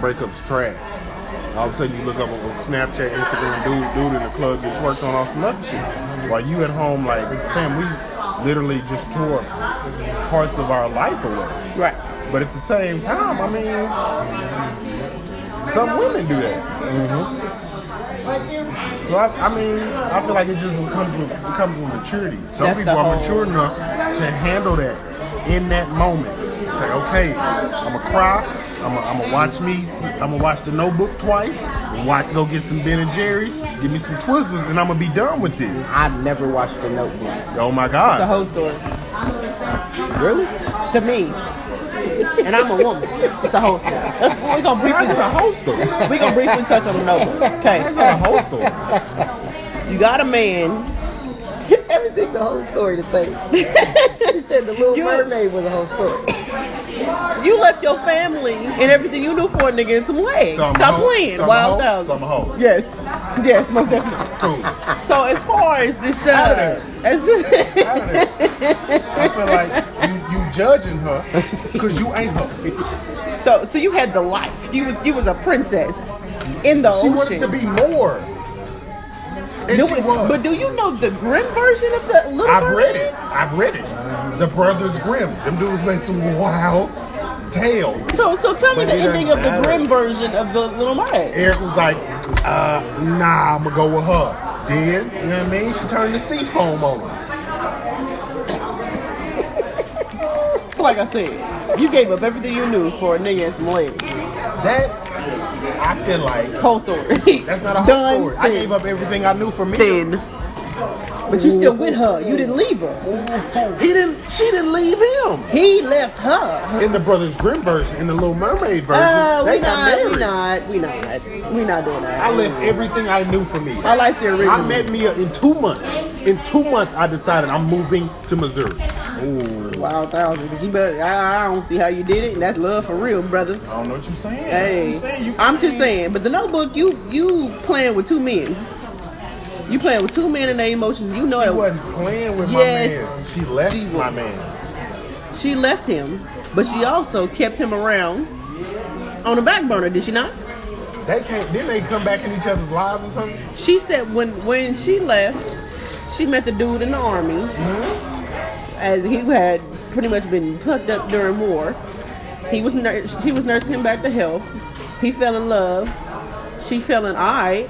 Speaker 3: breakups trash. All of a sudden, you look up on Snapchat, Instagram, dude, dude in the club get twerked on all some other shit. While you at home, like, fam, we literally just tore parts of our life away.
Speaker 1: Right.
Speaker 3: But at the same time, I mean, some women do that. So I, I mean, I feel like it just comes with it comes with maturity. Some
Speaker 1: That's
Speaker 3: people
Speaker 1: the
Speaker 3: are
Speaker 1: whole-
Speaker 3: mature enough to handle that in that moment. Say, okay, I'm gonna cry. I'm gonna, I'm gonna watch me. I'm gonna watch The Notebook twice. Watch, go get some Ben and Jerry's. Give me some Twizzlers, and I'm gonna be done with this.
Speaker 2: I never watched The Notebook.
Speaker 3: Oh my
Speaker 1: It's a
Speaker 3: God!
Speaker 1: whole story.
Speaker 2: Really?
Speaker 1: To me. And I'm a woman. It's a whole story. Let's, we're gonna
Speaker 3: That's
Speaker 1: briefly
Speaker 3: a whole story.
Speaker 1: we're gonna briefly touch on the notebook.
Speaker 3: That's
Speaker 1: Okay.
Speaker 3: a whole story.
Speaker 1: You got a man.
Speaker 2: Everything's a whole story to take. she said The Little
Speaker 1: You-
Speaker 2: Mermaid was a whole story.
Speaker 1: You left your family and everything you knew for a nigga and some legs.
Speaker 3: So I'm a
Speaker 1: Stop
Speaker 3: hoe?
Speaker 1: playing.
Speaker 3: So I'm a hoe?
Speaker 1: Wild
Speaker 3: So I'm a hoe?
Speaker 1: out. Yes. Yes, most definitely.
Speaker 3: Cool.
Speaker 1: So as far as this
Speaker 3: Out of
Speaker 1: uh
Speaker 3: there.
Speaker 1: as,
Speaker 3: I feel like you, you judging her because you ain't her.
Speaker 1: so so you had the life. You was you was a princess in the
Speaker 3: She
Speaker 1: ocean.
Speaker 3: wanted to be more. And
Speaker 1: Do
Speaker 3: she
Speaker 1: it-
Speaker 3: was.
Speaker 1: But do you know the grim version of the little
Speaker 3: I've
Speaker 1: Mermaid?
Speaker 3: read it. I've read it. The Brothers Grimm. Them dudes made some wild tales.
Speaker 1: So, so tell me
Speaker 3: But
Speaker 1: the
Speaker 3: it
Speaker 1: ending of
Speaker 3: doesn't
Speaker 1: the
Speaker 3: matter.
Speaker 1: grim version of the Little Mermaid.
Speaker 3: Eric was like, uh, nah, I'm gonna go with her. Then, you know what I mean? She turned the sea foam on him.
Speaker 1: So, like I said, you gave up everything you knew for a nigga and some ladies.
Speaker 3: That, I feel like,
Speaker 1: Whole story.
Speaker 3: that's not a whole
Speaker 1: Done
Speaker 3: story. I
Speaker 1: thing.
Speaker 3: gave up everything I knew for me.
Speaker 1: Thin. But you still with her. You didn't leave her.
Speaker 3: He didn't, she didn't leave him.
Speaker 1: He left her.
Speaker 3: In the Brothers Grimm version, in the Little Mermaid version,
Speaker 1: Uh,
Speaker 3: they
Speaker 1: we
Speaker 3: got
Speaker 1: not,
Speaker 3: married.
Speaker 1: we not, we not, we not doing that.
Speaker 3: I left everything I knew for me.
Speaker 1: I like the original.
Speaker 3: I met Mia in two months. In two months, I decided I'm moving to Missouri.
Speaker 1: Wild thousand, but you better. I, I don't see how you did it. and That's love for real, brother.
Speaker 4: I don't know what you're saying.
Speaker 1: Hey,
Speaker 4: I'm, saying you
Speaker 1: I'm just
Speaker 4: can't-
Speaker 1: saying. But the Notebook, you you playing with two men. You playing with two men and their emotions. You know
Speaker 3: She
Speaker 1: it.
Speaker 3: wasn't playing with
Speaker 1: Yes,
Speaker 3: my man. She left
Speaker 1: she was.
Speaker 3: my man.
Speaker 1: She left him, but she also kept him around on the back burner. Did she not?
Speaker 3: They can't. Then they come back in each other's lives or something.
Speaker 1: She said when when she left, she met the dude in the army, as he had pretty much been plucked up during war. He was nur- she was nursing him back to health. He fell in love. She fell in I.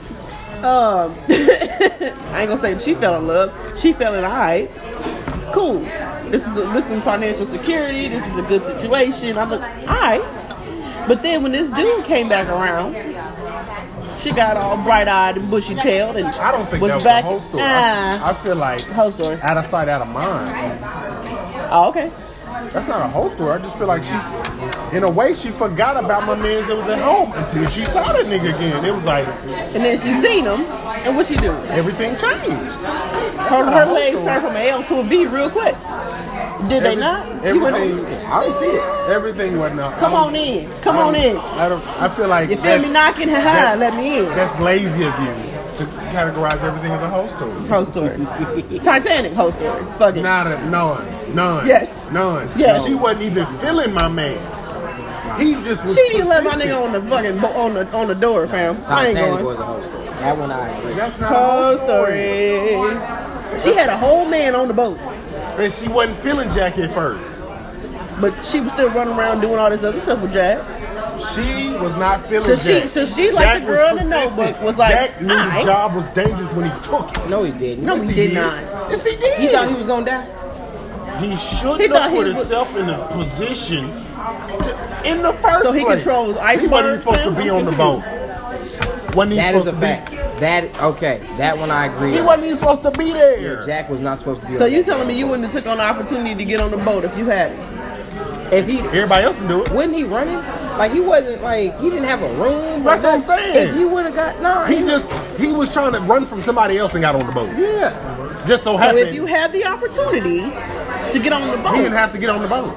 Speaker 1: Um, I ain't gonna say she fell in love. She fell in I. Cool. This is a, this is financial security. This is a good situation. I'm like, all right. But then when this dude came back around, she got all bright eyed and bushy tailed and
Speaker 3: I don't think
Speaker 1: was
Speaker 3: that was
Speaker 1: back.
Speaker 3: the whole story.
Speaker 1: Ah,
Speaker 3: I, I feel like
Speaker 1: whole story.
Speaker 3: out of sight, out of mind.
Speaker 1: Oh, okay.
Speaker 3: That's not a whole story. I just feel like she, in a way, she forgot about my man's that was at home until she saw the nigga again. It was like
Speaker 1: And then she seen him, and what she do?
Speaker 3: everything changed.
Speaker 1: Her, her legs turned from an L to a V real quick. Did they
Speaker 3: Every-
Speaker 1: not? You went-
Speaker 3: Everything. I didn't see it. Everything wasn't. a-
Speaker 1: Come
Speaker 3: I
Speaker 1: on
Speaker 3: don't-
Speaker 1: in. Come
Speaker 3: I
Speaker 1: on
Speaker 3: don't-
Speaker 1: in.
Speaker 3: I don't. I feel like
Speaker 1: You feel
Speaker 3: that's-
Speaker 1: me knocking? Ha ha.
Speaker 3: that-
Speaker 1: Let me in.
Speaker 3: That's lazy of you to categorize everything as a whole story.
Speaker 1: Whole story. Titanic whole story. Fuck it.
Speaker 3: Not a none, none.
Speaker 1: Yes.
Speaker 3: none.
Speaker 1: Yes.
Speaker 3: She wasn't even feeling my man. He just was.
Speaker 1: She didn't let my
Speaker 3: persistent.
Speaker 1: nigga on the fucking bo- on the on the door, fam. I ain't
Speaker 2: Titanic
Speaker 1: going.
Speaker 2: was a whole story. That one I agree.
Speaker 3: That's not a
Speaker 1: Whole
Speaker 3: whole story.
Speaker 1: story. She had a whole man on the boat,
Speaker 3: And she wasn't feeling Jack at first.
Speaker 1: but she was still running around doing all this other stuff with Jack.
Speaker 3: She was not feeling
Speaker 1: So she-
Speaker 3: Jack.
Speaker 1: so she, like the
Speaker 3: was
Speaker 1: girl in the
Speaker 3: persistent.
Speaker 1: notebook, was like,
Speaker 3: Jack knew
Speaker 1: "Aight."
Speaker 3: the job was dangerous when he took it.
Speaker 2: No, he didn't.
Speaker 1: No, he did not.
Speaker 3: Yes, he did.
Speaker 2: You thought he was gonna die?
Speaker 3: He shouldn't
Speaker 1: He thought
Speaker 3: have
Speaker 1: he
Speaker 3: put
Speaker 1: was-
Speaker 3: himself in a position to, in the first
Speaker 1: So he
Speaker 3: place.
Speaker 1: controls
Speaker 3: He wasn't even
Speaker 1: icebergs,
Speaker 3: supposed
Speaker 1: too?
Speaker 3: to be on the boat. Wasn't he
Speaker 2: That is
Speaker 3: supposed
Speaker 2: a
Speaker 3: to
Speaker 2: fact.
Speaker 3: be?
Speaker 2: That okay. That one I agree.
Speaker 3: He
Speaker 2: on.
Speaker 3: wasn't even supposed to be there.
Speaker 2: Jack was not supposed to be.
Speaker 1: So
Speaker 2: on
Speaker 1: you
Speaker 2: that.
Speaker 1: telling me you wouldn't have took on the opportunity to get on the boat if you had it?
Speaker 2: if he
Speaker 3: Everybody else can do it.
Speaker 2: wasn't he running? Like he wasn't like he didn't have a room. or
Speaker 3: That's what I'm
Speaker 2: nothing.
Speaker 3: saying.
Speaker 2: If he would have got no,
Speaker 3: He just he was trying to run from somebody else and got on the boat.
Speaker 2: yeah.
Speaker 3: Just so
Speaker 1: So
Speaker 3: happened
Speaker 1: if you had the opportunity to get on the
Speaker 3: he didn't
Speaker 1: boat,
Speaker 3: have to get on the boat.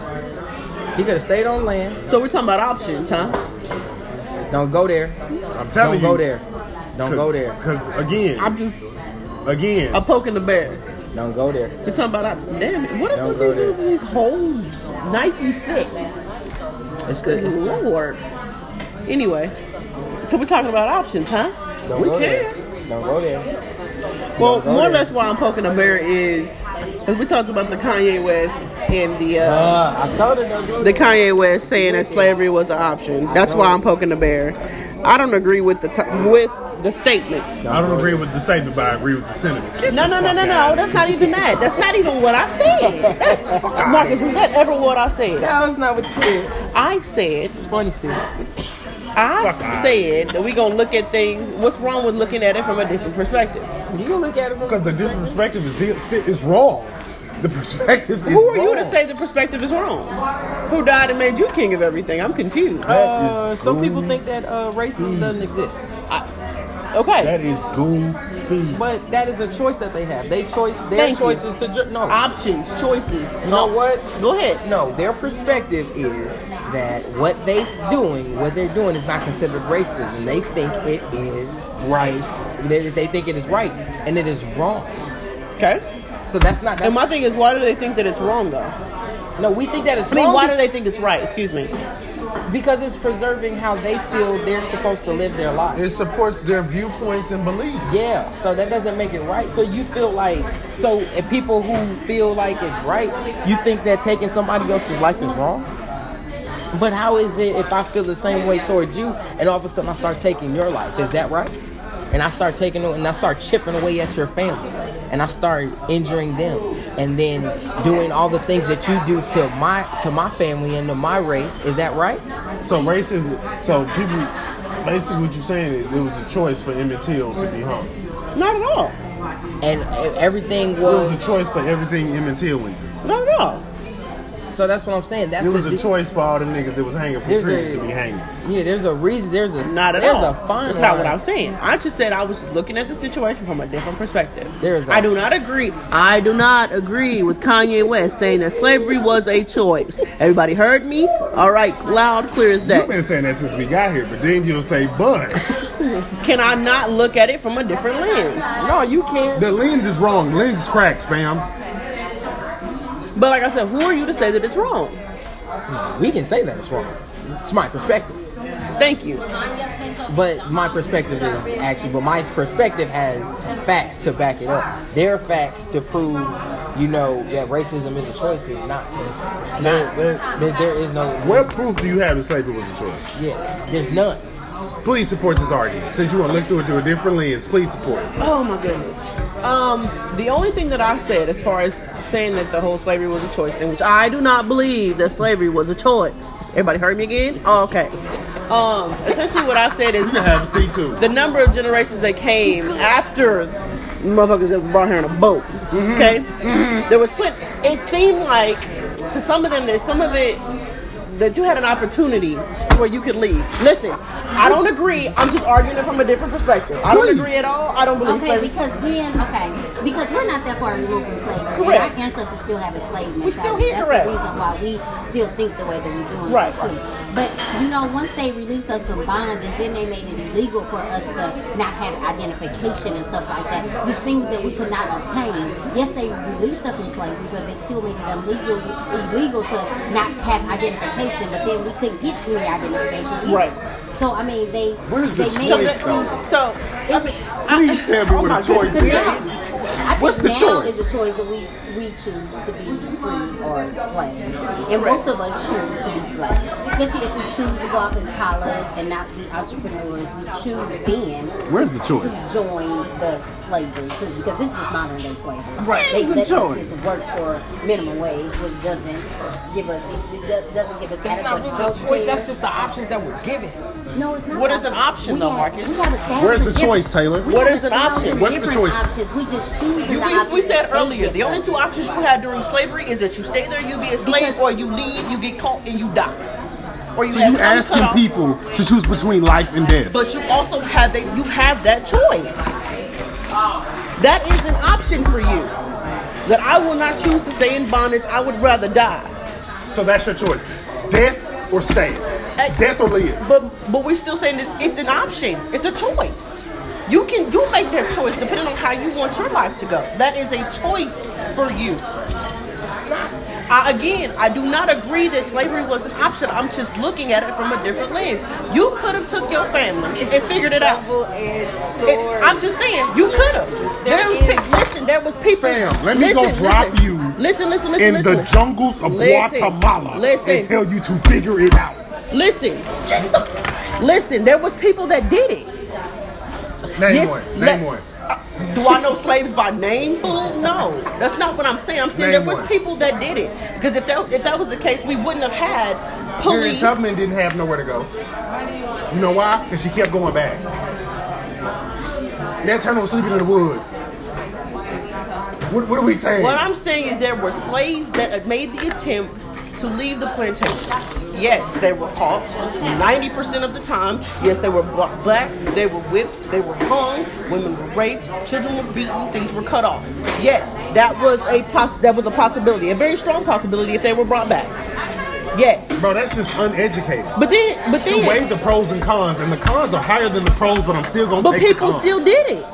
Speaker 2: He could have stayed on land.
Speaker 1: so we're talking about options, huh?
Speaker 2: Don't go there.
Speaker 3: I'm
Speaker 2: Don't
Speaker 3: telling you.
Speaker 2: go there. Don't go there.
Speaker 3: Because again,
Speaker 1: I'm just
Speaker 3: again,
Speaker 1: I'm poking the bear.
Speaker 2: Don't go there.
Speaker 1: We're talking about op- damn it. What is
Speaker 2: Don't
Speaker 1: with
Speaker 2: go
Speaker 1: these
Speaker 2: there.
Speaker 1: dudes with these whole Nike fits?
Speaker 2: It's the it's,
Speaker 1: Lord. Anyway, so we're talking about options, huh?
Speaker 2: don't
Speaker 1: We
Speaker 2: go there.
Speaker 1: can.
Speaker 2: Don't go there.
Speaker 1: Well,
Speaker 2: go
Speaker 1: more or
Speaker 2: there.
Speaker 1: less why I'm poking the bear is because we talked about the Kanye West and the uh,
Speaker 2: Uh, I told her don't go
Speaker 1: the
Speaker 2: there.
Speaker 1: Kanye West saying that slavery was an option. That's why I'm poking the bear. I don't agree with the t- with the statement.
Speaker 3: I don't agree with the statement, but I agree with the sentiment.
Speaker 1: No, no, no, no, no. Oh, That's not even that. That's not even what I said. Marcus, is that ever what I said?
Speaker 2: That was not what you said.
Speaker 1: I said,
Speaker 2: It's funny, Steve.
Speaker 1: I said that we gonna look at things. What's wrong with looking at it from a different perspective?
Speaker 2: You can look at it from
Speaker 3: Because the different perspective is is wrong. The perspective is
Speaker 1: Who are you to
Speaker 3: wrong.
Speaker 1: say the perspective is wrong? Who died and made you king of everything? I'm confused.
Speaker 2: Uh, some people think that uh, racism doesn't exist,
Speaker 1: Okay,
Speaker 3: That is goofy.
Speaker 2: but that is a choice that they have. They choice their
Speaker 1: Thank you.
Speaker 2: choice is to ju- no.
Speaker 1: options, choices.
Speaker 2: You know
Speaker 1: thoughts.
Speaker 2: what?
Speaker 1: Go ahead.
Speaker 2: no, their perspective is that what they doing, what they're doing, is not considered racism. They think it is right. They, they think it is right, and it is wrong.
Speaker 1: Okay.
Speaker 2: So that's not. That's,
Speaker 1: And my thing is, why do they think that it's wrong though?
Speaker 2: no, we think that it's
Speaker 1: I mean,
Speaker 2: wrong
Speaker 1: why do they think it's right? Excuse me.
Speaker 2: because it's preserving how they feel they're supposed to live their lives.
Speaker 3: It supports their viewpoints and beliefs.
Speaker 2: Yeah, so that doesn't make it right. So you feel like, so if people who feel like it's right, you think that taking somebody else's life is wrong?
Speaker 7: But how is it if I feel the same way towards you, and all of a sudden I start taking your life? Is that right? And I start taking and I start chipping away at your family, and I start injuring them, and then doing all the things that you do to my to my family and to my race. Is that right?
Speaker 3: So racism. So people. Basically, what you're saying is it was a choice for Emmett Till to be hung.
Speaker 1: Not at all.
Speaker 7: And uh, everything
Speaker 3: It was
Speaker 7: was
Speaker 3: a choice for everything Emmett Till went through.
Speaker 1: Not at all.
Speaker 7: so. That's what I'm saying. That's
Speaker 3: It was
Speaker 7: the
Speaker 3: a
Speaker 7: di-
Speaker 3: choice for all the niggas that was hanging from
Speaker 7: There's
Speaker 3: trees
Speaker 7: a-
Speaker 3: to be hanging.
Speaker 7: Yeah, there's a reason. There's a
Speaker 1: Not at
Speaker 7: there's
Speaker 1: all.
Speaker 7: a fine.
Speaker 1: That's not what
Speaker 7: line.
Speaker 1: I'm saying. I just said I was just looking at the situation from a different perspective.
Speaker 7: There is a-
Speaker 1: I do not agree. I do not agree with Kanye West saying that slavery was a choice. Everybody heard me? All right, loud, clear as
Speaker 3: You've
Speaker 1: day.
Speaker 3: been saying that since we got here, but then you'll say, but
Speaker 1: Can I not look at it from a different lens?
Speaker 7: No, you can't.
Speaker 3: the lens is wrong. Lens is cracked, fam.
Speaker 1: But like I said, who are you to say that it's wrong?
Speaker 7: We can say that it's wrong. It's my perspective.
Speaker 1: Thank you.
Speaker 7: But my perspective is actually, but my perspective has facts to back it up. Their facts to prove, you know, that racism is a choice is not. It's, it's not. That there is no.
Speaker 3: What proof do you have that slavery was a choice?
Speaker 7: Yeah, there's none.
Speaker 3: Please support this argument. Since you want to look through it through a different lens, please support it.
Speaker 1: Oh my goodness. Um, the only thing that I said, as far as saying that the whole slavery was a choice thing, which I do not believe that slavery was a choice. Everybody heard me again? Oh, okay. Um, essentially, what I said is
Speaker 3: You can have a C too.
Speaker 1: the number of generations that came after motherfuckers that were brought here on a boat. Okay, there was put. It seemed like to some of them that some of it that you had an opportunity where you could leave. Listen, I don't agree. I'm just arguing it from a different perspective. I don't
Speaker 3: Please.
Speaker 1: agree at all. I don't believe
Speaker 6: Okay,
Speaker 1: slavery.
Speaker 6: because then, okay, because we're not that far removed from slavery.
Speaker 1: Correct.
Speaker 6: And our ancestors still have enslavement.
Speaker 1: We still here,
Speaker 6: That's
Speaker 1: correct.
Speaker 6: the reason why we still think the way that we do. and
Speaker 1: Right,
Speaker 6: stuff, Too. But you know, once they released us from bondage, then they made it illegal for us to not have identification and stuff like that. Just things that we could not obtain. Yes, they released us from slavery, but they still made it illegal illegal to not have identification. But then we couldn't get free identification either.
Speaker 1: Right.
Speaker 6: So I mean, they
Speaker 3: Where's the
Speaker 6: they made
Speaker 1: So,
Speaker 6: it
Speaker 3: choice,
Speaker 6: seem-
Speaker 1: that, so
Speaker 6: it
Speaker 1: I
Speaker 6: was-
Speaker 1: mean,
Speaker 3: Please tell me
Speaker 1: Oh
Speaker 3: what
Speaker 1: my
Speaker 3: a choice
Speaker 6: but
Speaker 1: goodness.
Speaker 3: is.
Speaker 6: now, I
Speaker 3: What's the
Speaker 6: think now
Speaker 3: choice?
Speaker 6: is a choice that we, we choose to be free or slave. And most of us choose to be slaves. Especially if we choose to go off in college and not be entrepreneurs, we choose then
Speaker 3: Where's the choice?
Speaker 6: to join the slavery too. Because this is just modern day slavery.
Speaker 3: Right.
Speaker 6: They
Speaker 3: Where's
Speaker 6: let
Speaker 3: the
Speaker 6: us
Speaker 3: choice?
Speaker 6: just work for minimum wage, which doesn't give us it, it do- doesn't give us
Speaker 7: That's not
Speaker 6: adequate
Speaker 7: really a
Speaker 6: health
Speaker 7: choice. That's
Speaker 6: care.
Speaker 7: just the options that were given.
Speaker 6: No, it's not.
Speaker 1: What is an option,
Speaker 6: We
Speaker 1: though,
Speaker 6: have-
Speaker 1: Marcus?
Speaker 6: we have a thousand
Speaker 3: Where's the
Speaker 6: different-
Speaker 3: choice, Taylor?
Speaker 6: we
Speaker 1: What
Speaker 6: have
Speaker 1: is
Speaker 6: a
Speaker 1: an option?
Speaker 6: thousand
Speaker 3: What's the
Speaker 6: different
Speaker 3: choice?
Speaker 6: options. We just choose the
Speaker 1: we, we
Speaker 6: options
Speaker 1: said
Speaker 6: that they
Speaker 1: earlier the
Speaker 6: give
Speaker 1: only
Speaker 6: us.
Speaker 1: two options you had during slavery is that you stay there, you be a slave,
Speaker 6: Because-
Speaker 1: or you leave, you get caught, and you die. Or you
Speaker 3: So
Speaker 1: have
Speaker 3: you
Speaker 1: some
Speaker 3: asking
Speaker 1: cutoff,
Speaker 3: people to choose between life and death.
Speaker 1: but you also have that you have that choice. That is an option for you. That I will not choose to stay in bondage. I would rather die.
Speaker 3: So that's your choices. Death or stay. Death or live.
Speaker 1: But but we're still saying that it's an option. It's a choice. You can you make that choice depending on how you want your life to go. That is a choice for you. I, again, I do not agree that slavery was an option. I'm just looking at it from a different lens. You could have took your family and figured it out.
Speaker 7: edged sword.
Speaker 1: It- I'm just saying, you could have. There was
Speaker 7: There
Speaker 1: pe- listen. There was people.
Speaker 3: Fam, let me go drop you
Speaker 1: Listen, listen, listen,
Speaker 3: In
Speaker 1: listen.
Speaker 3: the jungles of
Speaker 1: Listen.
Speaker 3: Guatemala.
Speaker 1: Listen.
Speaker 3: And tell you to figure it out.
Speaker 1: listen, listen. There was people that did it.
Speaker 3: Name
Speaker 1: Yes,
Speaker 3: one. Name
Speaker 1: let-
Speaker 3: one.
Speaker 1: Do I know slaves by name? Fool? No, that's not what I'm saying. I'm saying
Speaker 3: Name
Speaker 1: there was
Speaker 3: one.
Speaker 1: people that did it because if that if that was the case, we wouldn't have had
Speaker 3: Harriet
Speaker 1: police.
Speaker 3: Tubman didn't have nowhere to go. You know why? Because she kept going back. Nat Turner was sleeping in the woods. What, what are we saying?
Speaker 1: What I'm saying is there were slaves that made the attempt to leave the plantation. Yes, they were caught 90% of the time. Yes, they were bl- black, they were whipped, they were hung, women were raped, children were beaten, things were cut off. Yes, that was a poss- that was a possibility, a very strong possibility if they were brought back. Yes.
Speaker 3: Bro, that's just uneducated.
Speaker 1: But then but
Speaker 3: You weigh
Speaker 1: then
Speaker 3: the pros and cons, and the cons are higher than the pros, but I'm still gonna
Speaker 1: but
Speaker 3: take the
Speaker 1: people
Speaker 3: cons.
Speaker 1: still did it.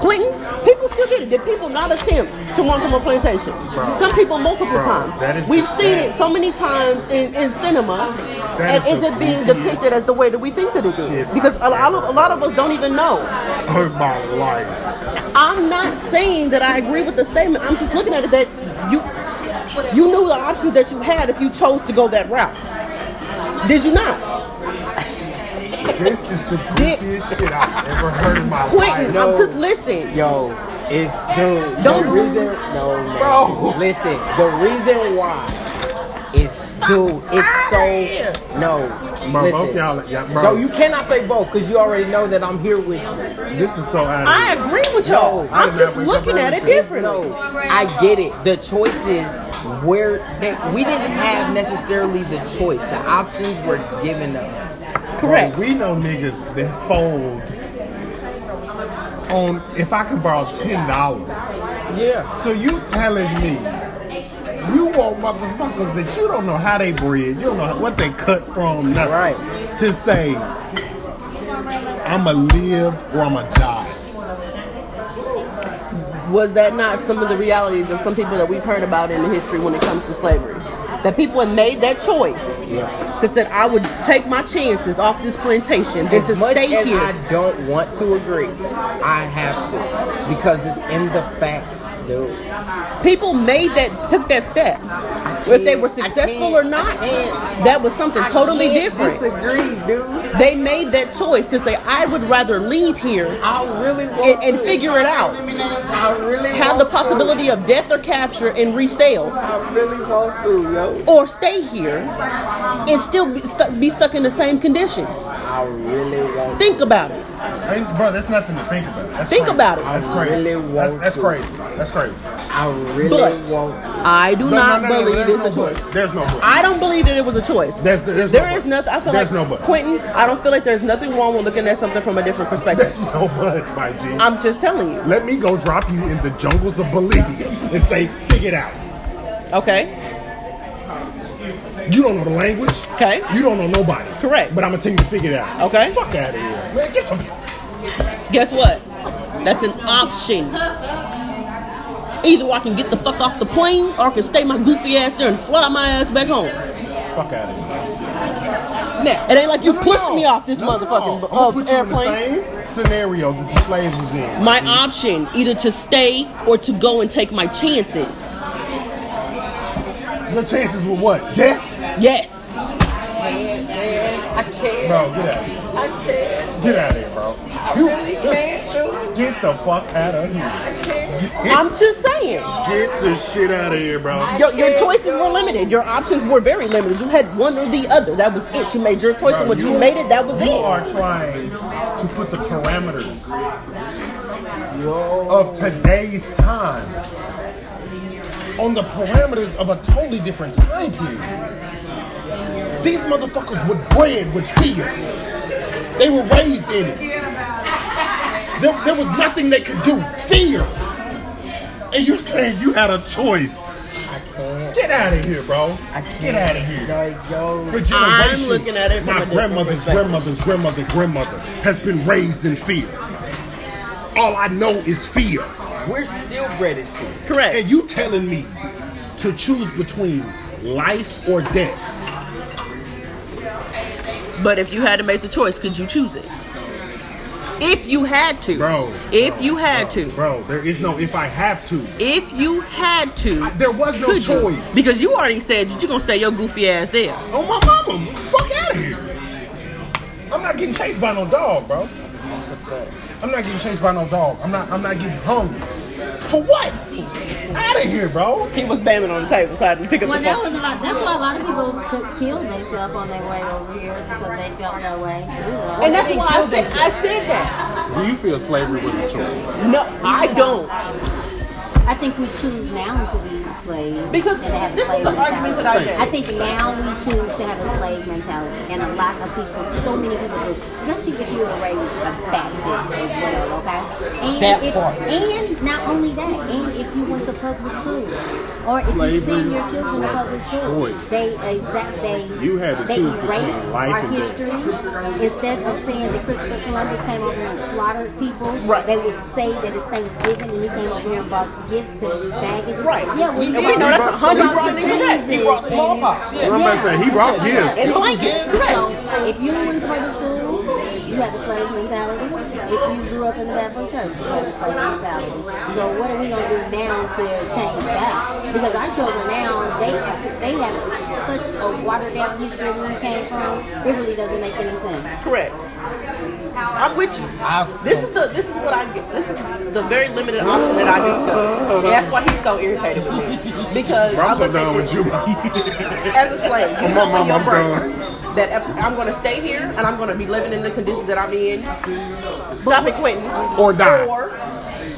Speaker 1: Clinton, people still did it. Did people not attempt to run from a plantation? Some people multiple
Speaker 3: Bro,
Speaker 1: times.
Speaker 3: that is
Speaker 1: We've
Speaker 3: just
Speaker 1: seen
Speaker 3: bad.
Speaker 1: it so many times in, in cinema,
Speaker 3: That
Speaker 1: and
Speaker 3: is
Speaker 1: ends
Speaker 3: the
Speaker 1: up being depicted as the way that we think that it is.
Speaker 3: Shit.
Speaker 1: Because a lot, of, a lot of us don't even know.
Speaker 3: hurt my life.
Speaker 1: I'm not saying that I agree with the statement. I'm just looking at it that you you knew the options that you had if you chose to go that route. Did you not?
Speaker 3: This is the
Speaker 1: Dick.
Speaker 3: goofiest shit I've ever heard in my
Speaker 1: Quentin,
Speaker 3: life.
Speaker 1: I'm just listening.
Speaker 7: Yo, it's dude.
Speaker 1: Don't-
Speaker 7: the reason, no, man.
Speaker 3: Bro.
Speaker 7: Listen, the reason why it's dude. It's so no.
Speaker 3: Bro, both
Speaker 7: listen.
Speaker 3: y'all- yeah, bro.
Speaker 7: No, you cannot say both because you already know that I'm here with you.
Speaker 3: This is so out of
Speaker 1: I agree with y'all.
Speaker 7: No, I
Speaker 1: I'm
Speaker 3: did
Speaker 1: just
Speaker 3: not wake up
Speaker 1: looking at it
Speaker 3: early today.
Speaker 1: differently.
Speaker 7: No, I get it. The choices were that we didn't have necessarily the choice. The options were given to us.
Speaker 1: Correct.
Speaker 3: We know niggas that fold on if I could borrow ten dollars.
Speaker 7: Yeah.
Speaker 3: So you telling me you want motherfuckers that you don't know how they breed, you don't know what they cut from, nothing,
Speaker 7: Right.
Speaker 3: To say I'ma live or I'ma die.
Speaker 1: Was that not some of the realities of some people that we've heard about in the history when it comes to slavery? That people had made that choice. That said, I would take my chances off this plantation than
Speaker 7: As
Speaker 1: to
Speaker 7: much
Speaker 1: stay
Speaker 7: as
Speaker 1: here.
Speaker 7: I don't want to agree, I have to because it's in the facts, dude.
Speaker 1: People made that, took that step. If they were
Speaker 7: can't- I
Speaker 1: successful or
Speaker 7: can't-
Speaker 1: not,
Speaker 7: I can't-
Speaker 1: that was something totally
Speaker 7: I can't
Speaker 1: different.
Speaker 7: Disagree, dude.
Speaker 1: They made that choice to say, I would rather leave here
Speaker 7: I really want
Speaker 1: and, and
Speaker 7: to.
Speaker 1: figure it out.
Speaker 7: I really
Speaker 1: Have
Speaker 7: want
Speaker 1: the
Speaker 7: to.
Speaker 1: possibility of death or capture and resale.
Speaker 7: I really want to, yo.
Speaker 1: or stay here and still be, stu- be stuck in the same conditions.
Speaker 7: I really want.
Speaker 1: Think about it.
Speaker 3: Ain't- Bro, that's nothing to think about. That's
Speaker 1: Think
Speaker 3: crazy.
Speaker 1: about it.
Speaker 3: That's
Speaker 7: I
Speaker 3: crazy.
Speaker 7: really
Speaker 3: that's,
Speaker 7: want
Speaker 3: that's
Speaker 7: to.
Speaker 3: crazy. That's crazy.
Speaker 7: I really
Speaker 1: But
Speaker 7: want to.
Speaker 1: I do
Speaker 3: No, no,
Speaker 1: not
Speaker 3: no, no, no,
Speaker 1: believe
Speaker 3: there's
Speaker 1: it's a
Speaker 3: no
Speaker 1: choice.
Speaker 3: but. There's no but.
Speaker 1: I don't believe that it was a choice.
Speaker 3: There's- there's
Speaker 1: There
Speaker 3: no
Speaker 1: is
Speaker 3: but.
Speaker 1: nothing. I feel
Speaker 3: There's
Speaker 1: like
Speaker 3: no but.
Speaker 1: Quentin. I don't feel like there's nothing wrong with looking at something from a different perspective.
Speaker 3: There's no but, my G.
Speaker 1: I'm just telling you.
Speaker 3: Let me go drop you in the jungles of Bolivia and say, figure it out.
Speaker 1: Okay.
Speaker 3: You don't know the language.
Speaker 1: Okay.
Speaker 3: You don't know nobody.
Speaker 1: Correct.
Speaker 3: But I'm gonna tell you to figure it out.
Speaker 1: Okay.
Speaker 3: Fuck out of here. Man, get the fuck.
Speaker 1: Guess what? That's an option. Either I can get the fuck off the plane, or I can stay my goofy ass there and fly my ass back home.
Speaker 3: Fuck out of here.
Speaker 1: Now, it ain't like you pushed me off this
Speaker 3: No, no,
Speaker 1: motherfucking
Speaker 3: no.
Speaker 1: b- uh,
Speaker 3: I'm gonna put you in
Speaker 1: airplane.
Speaker 3: the same scenario that the slaves was in.
Speaker 1: my option either to stay or to go and take my chances
Speaker 3: Your chances were what? Death?
Speaker 1: yes
Speaker 3: Bro, get out of here. I can't. Get out of here, bro. You really can't do it. Get the fuck out of here.
Speaker 1: i'm just saying
Speaker 3: Get the shit out of here, bro.
Speaker 1: your, your choices were limited your options were very limited you had one or the other that was it you made your choice and
Speaker 3: Bro,
Speaker 1: when you, made it that was
Speaker 3: you
Speaker 1: it
Speaker 3: are trying to put the parameters of today's time on the parameters of a totally different time period. These motherfuckers were bred with fear. They were raised in it. There, there was nothing they could do. Fear. And you're saying you had a choice. Get out of here, bro. Get out of here
Speaker 7: Like, yo.
Speaker 3: for generations.
Speaker 1: I'm looking at it from a
Speaker 3: my
Speaker 1: different
Speaker 3: grandmother's
Speaker 1: perspective.
Speaker 3: grandmother's grandmother grandmother has been raised in fear. All I know is fear,
Speaker 7: We're still bred in fear.
Speaker 1: correct
Speaker 3: and you telling me to choose between life or death.
Speaker 1: but if you had to make the choice could you choose it if you had to
Speaker 3: Bro,
Speaker 1: if you had to
Speaker 3: Bro, there is no if I have to.
Speaker 1: if you had to
Speaker 3: There was no
Speaker 1: could you?
Speaker 3: choice.
Speaker 1: because you already said that you're gonna stay your goofy ass there
Speaker 3: Oh my mama, get the fuck out of here. I'm not getting chased by no dog, bro. I'm not getting chased by no dog. I'm not I'm not getting hungry. For what? Out of here, bro.
Speaker 1: he was banging on the table so i had to pick up
Speaker 6: Well,
Speaker 1: the
Speaker 6: that
Speaker 1: phone
Speaker 6: was a lot. That's why a lot of people could kill themselves on their way over here is because they felt that way too. though.
Speaker 1: and that's why I said, I said that.
Speaker 3: Do you feel slavery was a choice?
Speaker 1: No, I don't.
Speaker 6: I think we choose now to be slaves
Speaker 1: Because
Speaker 6: and to have a
Speaker 1: this is
Speaker 6: slave
Speaker 1: the argument that I
Speaker 6: mentality.
Speaker 1: get.
Speaker 6: I think now we choose to have a slave mentality, and a lot of people, so many people do, especially if you were raised a Baptist as well. Okay, and
Speaker 7: That
Speaker 6: if,
Speaker 7: part.
Speaker 6: and not only that, and if you went to public school, or if
Speaker 3: Slavery
Speaker 6: you've seen your children
Speaker 3: was
Speaker 6: to
Speaker 3: a
Speaker 6: public school,
Speaker 3: choice.
Speaker 6: they exact they
Speaker 3: You had to
Speaker 6: they
Speaker 3: choose
Speaker 6: erase
Speaker 3: between life
Speaker 6: our
Speaker 3: and death.
Speaker 6: history instead of saying that Christopher Columbus came over here and slaughtered people.
Speaker 1: Right.
Speaker 6: They would say that it's Thanksgiving and he came over here and brought gifts and baggages.
Speaker 1: Right.
Speaker 6: Yeah, well,
Speaker 1: And
Speaker 6: he
Speaker 1: we know that's a hundred
Speaker 6: brought
Speaker 1: percent correct. He
Speaker 6: diseases
Speaker 7: brought
Speaker 6: and-
Speaker 7: smallpox, yeah.
Speaker 3: I'm about to say, he brought gifts.
Speaker 1: And blankets, correct.
Speaker 6: So if you went to Bible school, you have a slave mentality. If you grew up in the Baptist church, you have a slave mentality. So what are we gonna do now to change that? Because our children now they have, they have such a watered down history of where we came from, it really doesn't make any sense.
Speaker 1: Correct. I'm with you.
Speaker 7: I-
Speaker 1: this is the this is what I get. This is the very limited option that I discuss. And that's why he's so irritated with me because I
Speaker 3: I'm so
Speaker 1: look at
Speaker 3: done with
Speaker 1: this
Speaker 3: you.
Speaker 1: as a slave. You
Speaker 3: I'm
Speaker 1: know
Speaker 3: on
Speaker 1: in
Speaker 3: my-
Speaker 1: your
Speaker 3: I'm
Speaker 1: brain that if I'm going to stay here and I'm going to be living in the conditions that I'm in. Stop it, Quentin.
Speaker 3: Or die.
Speaker 1: Or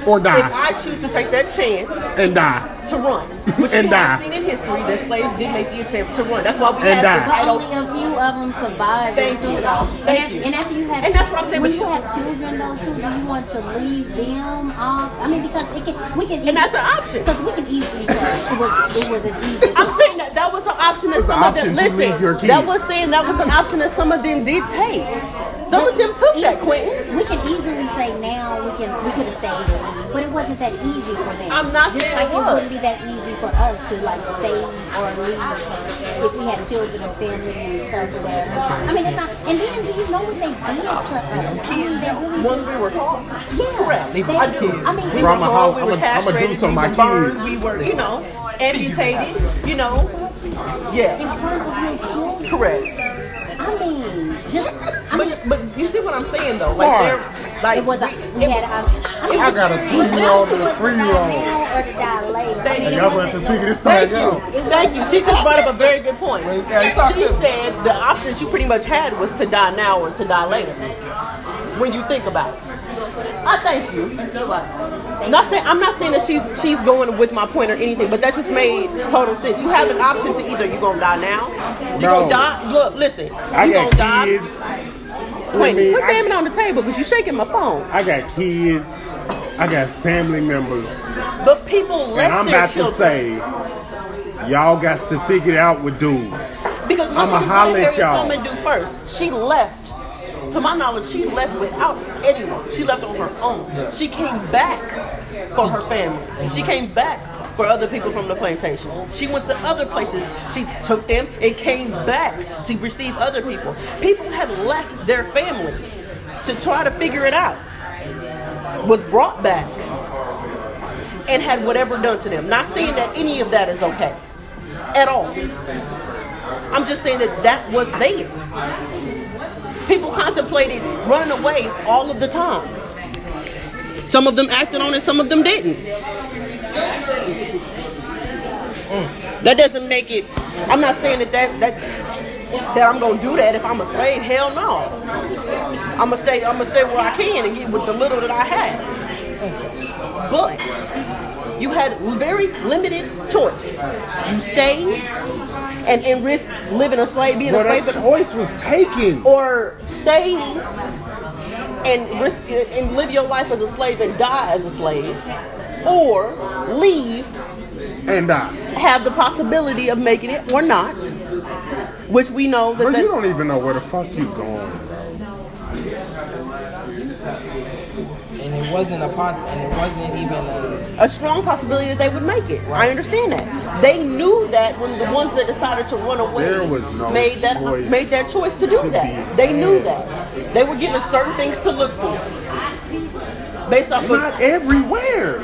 Speaker 3: Or
Speaker 1: if
Speaker 3: die.
Speaker 1: I choose to take that chance
Speaker 3: And die.
Speaker 1: to run, which
Speaker 3: And
Speaker 1: we have
Speaker 3: die.
Speaker 1: seen in history that slaves did make the attempt to run. That's why we
Speaker 3: And
Speaker 1: have
Speaker 3: die.
Speaker 1: the
Speaker 6: But
Speaker 1: title
Speaker 6: only a few of them survive.
Speaker 1: Thank
Speaker 6: too,
Speaker 1: you.
Speaker 6: though.
Speaker 1: Thank
Speaker 6: and,
Speaker 1: you.
Speaker 6: and after you have,
Speaker 1: And that's what I'm saying,
Speaker 6: When
Speaker 1: but-
Speaker 6: you have children, though, too, do you want to leave them off? I mean, because it can, we can,
Speaker 1: And that's an option.
Speaker 6: Because we can easily, because it was, it was as easy. as-
Speaker 1: I'm saying that that was an option that
Speaker 3: It's an
Speaker 1: some of them.
Speaker 3: option to
Speaker 1: Listen,
Speaker 3: leave your kid.
Speaker 1: that was saying that was an option that some of them did take. Some of them took that, Quentin.
Speaker 6: We can easily say now we can we could have stayed here, but it wasn't that easy for them.
Speaker 1: I'm not
Speaker 6: Just
Speaker 1: saying
Speaker 6: like
Speaker 1: it
Speaker 6: it wouldn't be
Speaker 1: was.
Speaker 6: that easy for us to like stay or leave if we had children or family and stuff or whatever. I mean, it's not. And then do you know what they did to us? I mean, they really
Speaker 1: Once
Speaker 6: just-
Speaker 1: we were caught.
Speaker 6: yeah.
Speaker 1: Correct.
Speaker 6: They,
Speaker 1: I do.
Speaker 6: I mean,
Speaker 3: We
Speaker 6: they
Speaker 3: were on my
Speaker 6: were-
Speaker 3: home.
Speaker 1: we were
Speaker 3: I'ma- I'ma do
Speaker 1: castrated,
Speaker 3: some of
Speaker 1: we
Speaker 3: my
Speaker 1: were burned,
Speaker 3: kids.
Speaker 1: we were, you know, amputated, you know.
Speaker 6: they
Speaker 1: Yeah,
Speaker 6: were burned with no children.
Speaker 1: correct.
Speaker 6: I mean, just I mean,
Speaker 1: But but you see what I'm saying though? Like they're like
Speaker 6: It was a, we had an option. I, mean,
Speaker 4: I got a
Speaker 6: the
Speaker 4: two-year-old
Speaker 6: option
Speaker 4: and a
Speaker 6: was to die
Speaker 4: three-year-old.
Speaker 6: now Or to die later. I mean,
Speaker 1: Hey,
Speaker 6: it
Speaker 3: Y'all gonna have to
Speaker 6: wasn't
Speaker 3: figure
Speaker 6: no-
Speaker 3: this
Speaker 1: Thank
Speaker 3: thing out.
Speaker 1: you. Thank you. She just brought up a very good point. She said the option that you pretty much had was to die now or to die later. When you think about it. I thank you.
Speaker 6: You're welcome. Thank
Speaker 1: Not saying I'm not saying that she's she's going with my point or anything, but that just made total sense. You have an option to either you're gonna die now, you're
Speaker 3: No.
Speaker 1: gonna die. Look, listen,
Speaker 3: I
Speaker 1: you gonna
Speaker 3: got
Speaker 1: die.
Speaker 3: kids.
Speaker 1: Wait,
Speaker 3: I mean,
Speaker 1: put
Speaker 3: I-
Speaker 1: Damon on the table because you're shaking my phone.
Speaker 3: I got kids. I got family members.
Speaker 1: But people left
Speaker 3: And I'm
Speaker 1: their
Speaker 3: about to
Speaker 1: children
Speaker 3: say, y'all got to figure it out with dude.
Speaker 1: because
Speaker 3: I'ma
Speaker 1: Mama
Speaker 3: holla at
Speaker 1: Harry
Speaker 3: y'all.
Speaker 1: Tillman do first. She left. To my knowledge, she left without anyone. She left on her own. She came back for her family. She came back for other people from the plantation. She went to other places. She took them and came back to receive other people. People have left their families to try to figure it out. Was brought back and had whatever done to them. Not saying that any of that is okay at all. I'm just saying that that was there. People contemplated running away all of the time. Some of them acted on it, some of them didn't. Mm. That doesn't make it. I'm not saying that that that, that I'm gonna do that if I'm a slave. Hell no. I'm gonna stay. I'm gonna stay where I can and get with the little that I have. But you had very limited choice. You stay and, and risk living a slave, being a
Speaker 3: But
Speaker 1: slave,
Speaker 3: that
Speaker 1: but
Speaker 3: choice was taken.
Speaker 1: or stay and risk it and live your life as a slave and die as a slave, or leave,
Speaker 3: And uh, I.
Speaker 1: have the possibility of making it or not, which we know that,
Speaker 3: But
Speaker 1: that
Speaker 3: you don't even know where the fuck you going, bro.
Speaker 7: and it wasn't a poss- and it wasn't even a
Speaker 1: a strong possibility that they would make it. I understand that. They knew that when the ones that decided to run away
Speaker 3: There was no
Speaker 1: made that
Speaker 3: choice
Speaker 1: made that choice to do
Speaker 3: to
Speaker 1: that.
Speaker 3: be
Speaker 1: They knew
Speaker 3: had.
Speaker 1: that. They were given certain things to look for. Based off of
Speaker 3: Not everywhere.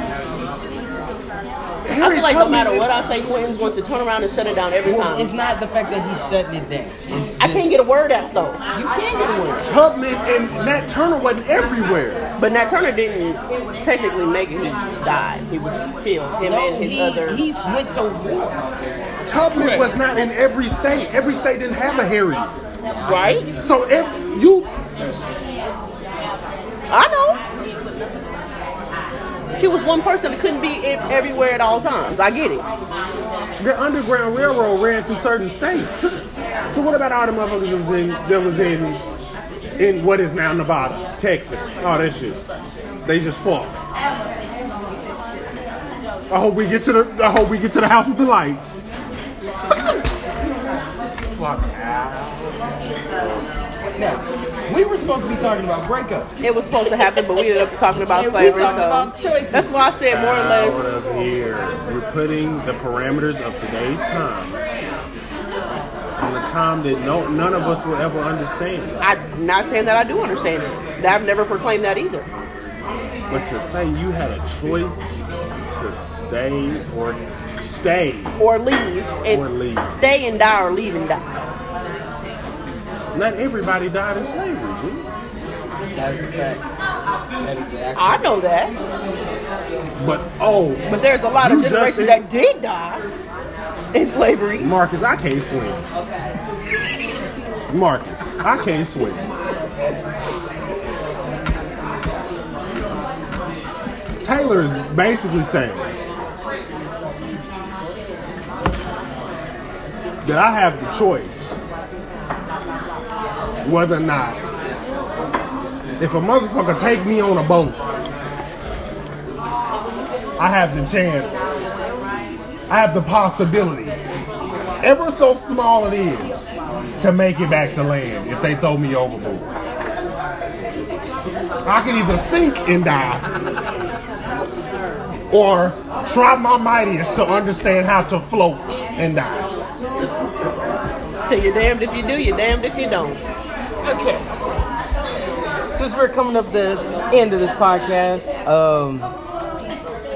Speaker 1: I feel like no
Speaker 3: Tubman
Speaker 1: matter
Speaker 3: is-
Speaker 1: what I say, Quentin's going to turn around and shut it down every time.
Speaker 7: it's not the fact that he's shutting it down. It's
Speaker 1: I can't
Speaker 7: just-
Speaker 1: get a word out though.
Speaker 7: you can get away. with it.
Speaker 3: Tubman and Nat Turner wasn't everywhere.
Speaker 1: But Nat Turner didn't technically make it. He died. He was killed. Him and his other.
Speaker 7: he, he went to war.
Speaker 3: Tubman was not in every state. Every state didn't have a Harry.
Speaker 1: right?
Speaker 3: So if you
Speaker 1: I know. She was one person that couldn't be in everywhere at all times. I get it.
Speaker 3: the Underground Railroad ran through certain states. So what about all the motherfuckers that was in that was in in what is now Nevada, Texas, all that shit? They just fought. I hope we get to the I hope we get to the house with the lights. Fuck out.
Speaker 7: Now, we were supposed to be talking about breakups.
Speaker 1: It was supposed to happen, but we ended up talking about
Speaker 7: And we
Speaker 1: slavery.
Speaker 7: talking about
Speaker 1: so
Speaker 7: choices.
Speaker 1: that's why I said more or
Speaker 3: Out
Speaker 1: less.
Speaker 3: of here. You're putting the parameters of today's time on a time that no none of us will ever understand.
Speaker 1: I'm not saying that I do understand it. That I've never proclaimed that either.
Speaker 3: But to say you had a choice to stay or Stay.
Speaker 1: or leave and
Speaker 3: Or leave.
Speaker 1: stay and die or leave and die.
Speaker 3: Not everybody died in slavery, G.
Speaker 2: That's a fact. That is the actual.
Speaker 1: I know that,
Speaker 3: But oh,
Speaker 1: but there's a lot of
Speaker 3: You just
Speaker 1: generations
Speaker 3: said-
Speaker 1: that did die in slavery.
Speaker 3: Marcus, I can't swim. Marcus, I can't swim. Taylor is basically saying that I have the choice whether or not if a motherfucker take me on a boat, I have the chance. I have the possibility ever so small it is to make it back to land if they throw me overboard. I can either sink and die or try my mightiest to understand how to float and die.
Speaker 1: So you're damned if you do, you're damned if you don't.
Speaker 2: Okay. Since we're coming up the end of this podcast, um,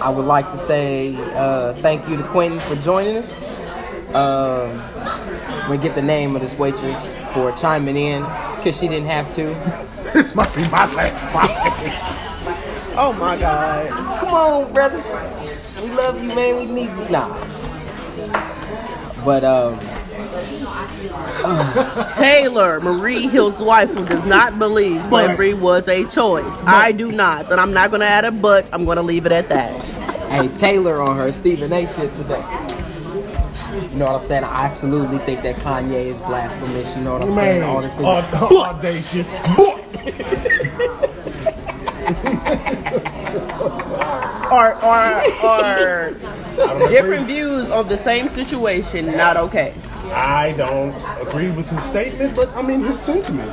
Speaker 2: I would like to say uh, thank you to Quentin for joining us. Um, we get the name of this waitress for chiming in because she didn't have to.
Speaker 3: This must be my last
Speaker 1: Oh my God.
Speaker 2: Come on, brother. We love you, man. We need you. Nah. But um,
Speaker 1: Taylor Marie Hill's wife, who does not believe slavery was a choice. I do not, and I'm not going to add a but. I'm going to leave it at that.
Speaker 2: hey, Taylor on her Stephen A. shit today. You know what I'm saying? I absolutely think that Kanye is blasphemous. You know what I'm saying?
Speaker 3: man. Uh,
Speaker 2: All this thing.
Speaker 3: Aud- audacious. Boy.
Speaker 1: Are are are different views of the same situation not okay?
Speaker 3: I don't agree with his statement, but I mean his sentiment.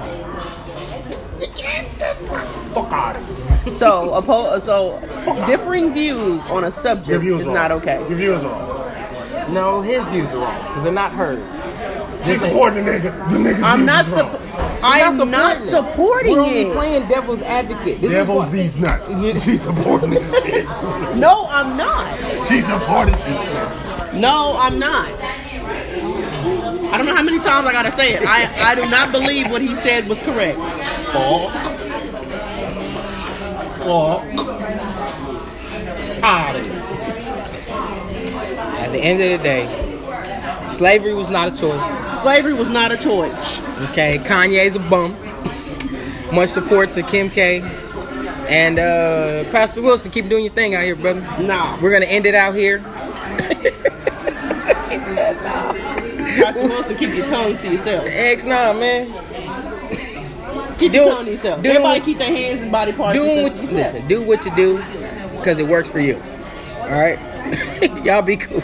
Speaker 3: Fuck out of here.
Speaker 1: So oppo- so differing views on a
Speaker 3: Your
Speaker 1: subject
Speaker 3: views
Speaker 1: is
Speaker 3: wrong.
Speaker 1: not okay.
Speaker 3: Your views wrong.
Speaker 2: No, his views are wrong because they're not hers.
Speaker 3: Just supporting the niggas. The niggas
Speaker 1: I'm
Speaker 3: views
Speaker 1: not.
Speaker 3: is
Speaker 1: Sup-
Speaker 3: wrong.
Speaker 1: I
Speaker 2: She's
Speaker 1: am not supporting
Speaker 2: We're only
Speaker 1: it.
Speaker 2: playing devil's advocate. This
Speaker 3: Devil's
Speaker 2: is what,
Speaker 3: these nuts. She's supporting this shit.
Speaker 1: No, I'm not.
Speaker 3: She's supporting this stuff.
Speaker 1: No, I'm not. I don't know how many times I gotta say it. I, I do not believe what he said was correct.
Speaker 3: Fuck. Fuck. Out
Speaker 2: At the end of the day, slavery was not a choice.
Speaker 1: Slavery was not a choice.
Speaker 2: Okay, Kanye's a bum. Much support to Kim K. And uh, Pastor Wilson, keep doing your thing out here, brother.
Speaker 1: Nah.
Speaker 2: We're gonna end it out here.
Speaker 1: Pastor Wilson, keep your tongue to yourself.
Speaker 2: X9, man.
Speaker 1: Keep your
Speaker 2: Doing-
Speaker 1: tongue to yourself.
Speaker 2: doing
Speaker 1: Everybody
Speaker 2: what-
Speaker 1: keep their hands and body parts.
Speaker 2: doing
Speaker 1: to
Speaker 2: what you listen, do what you do because it works for you. All right, y'all be cool.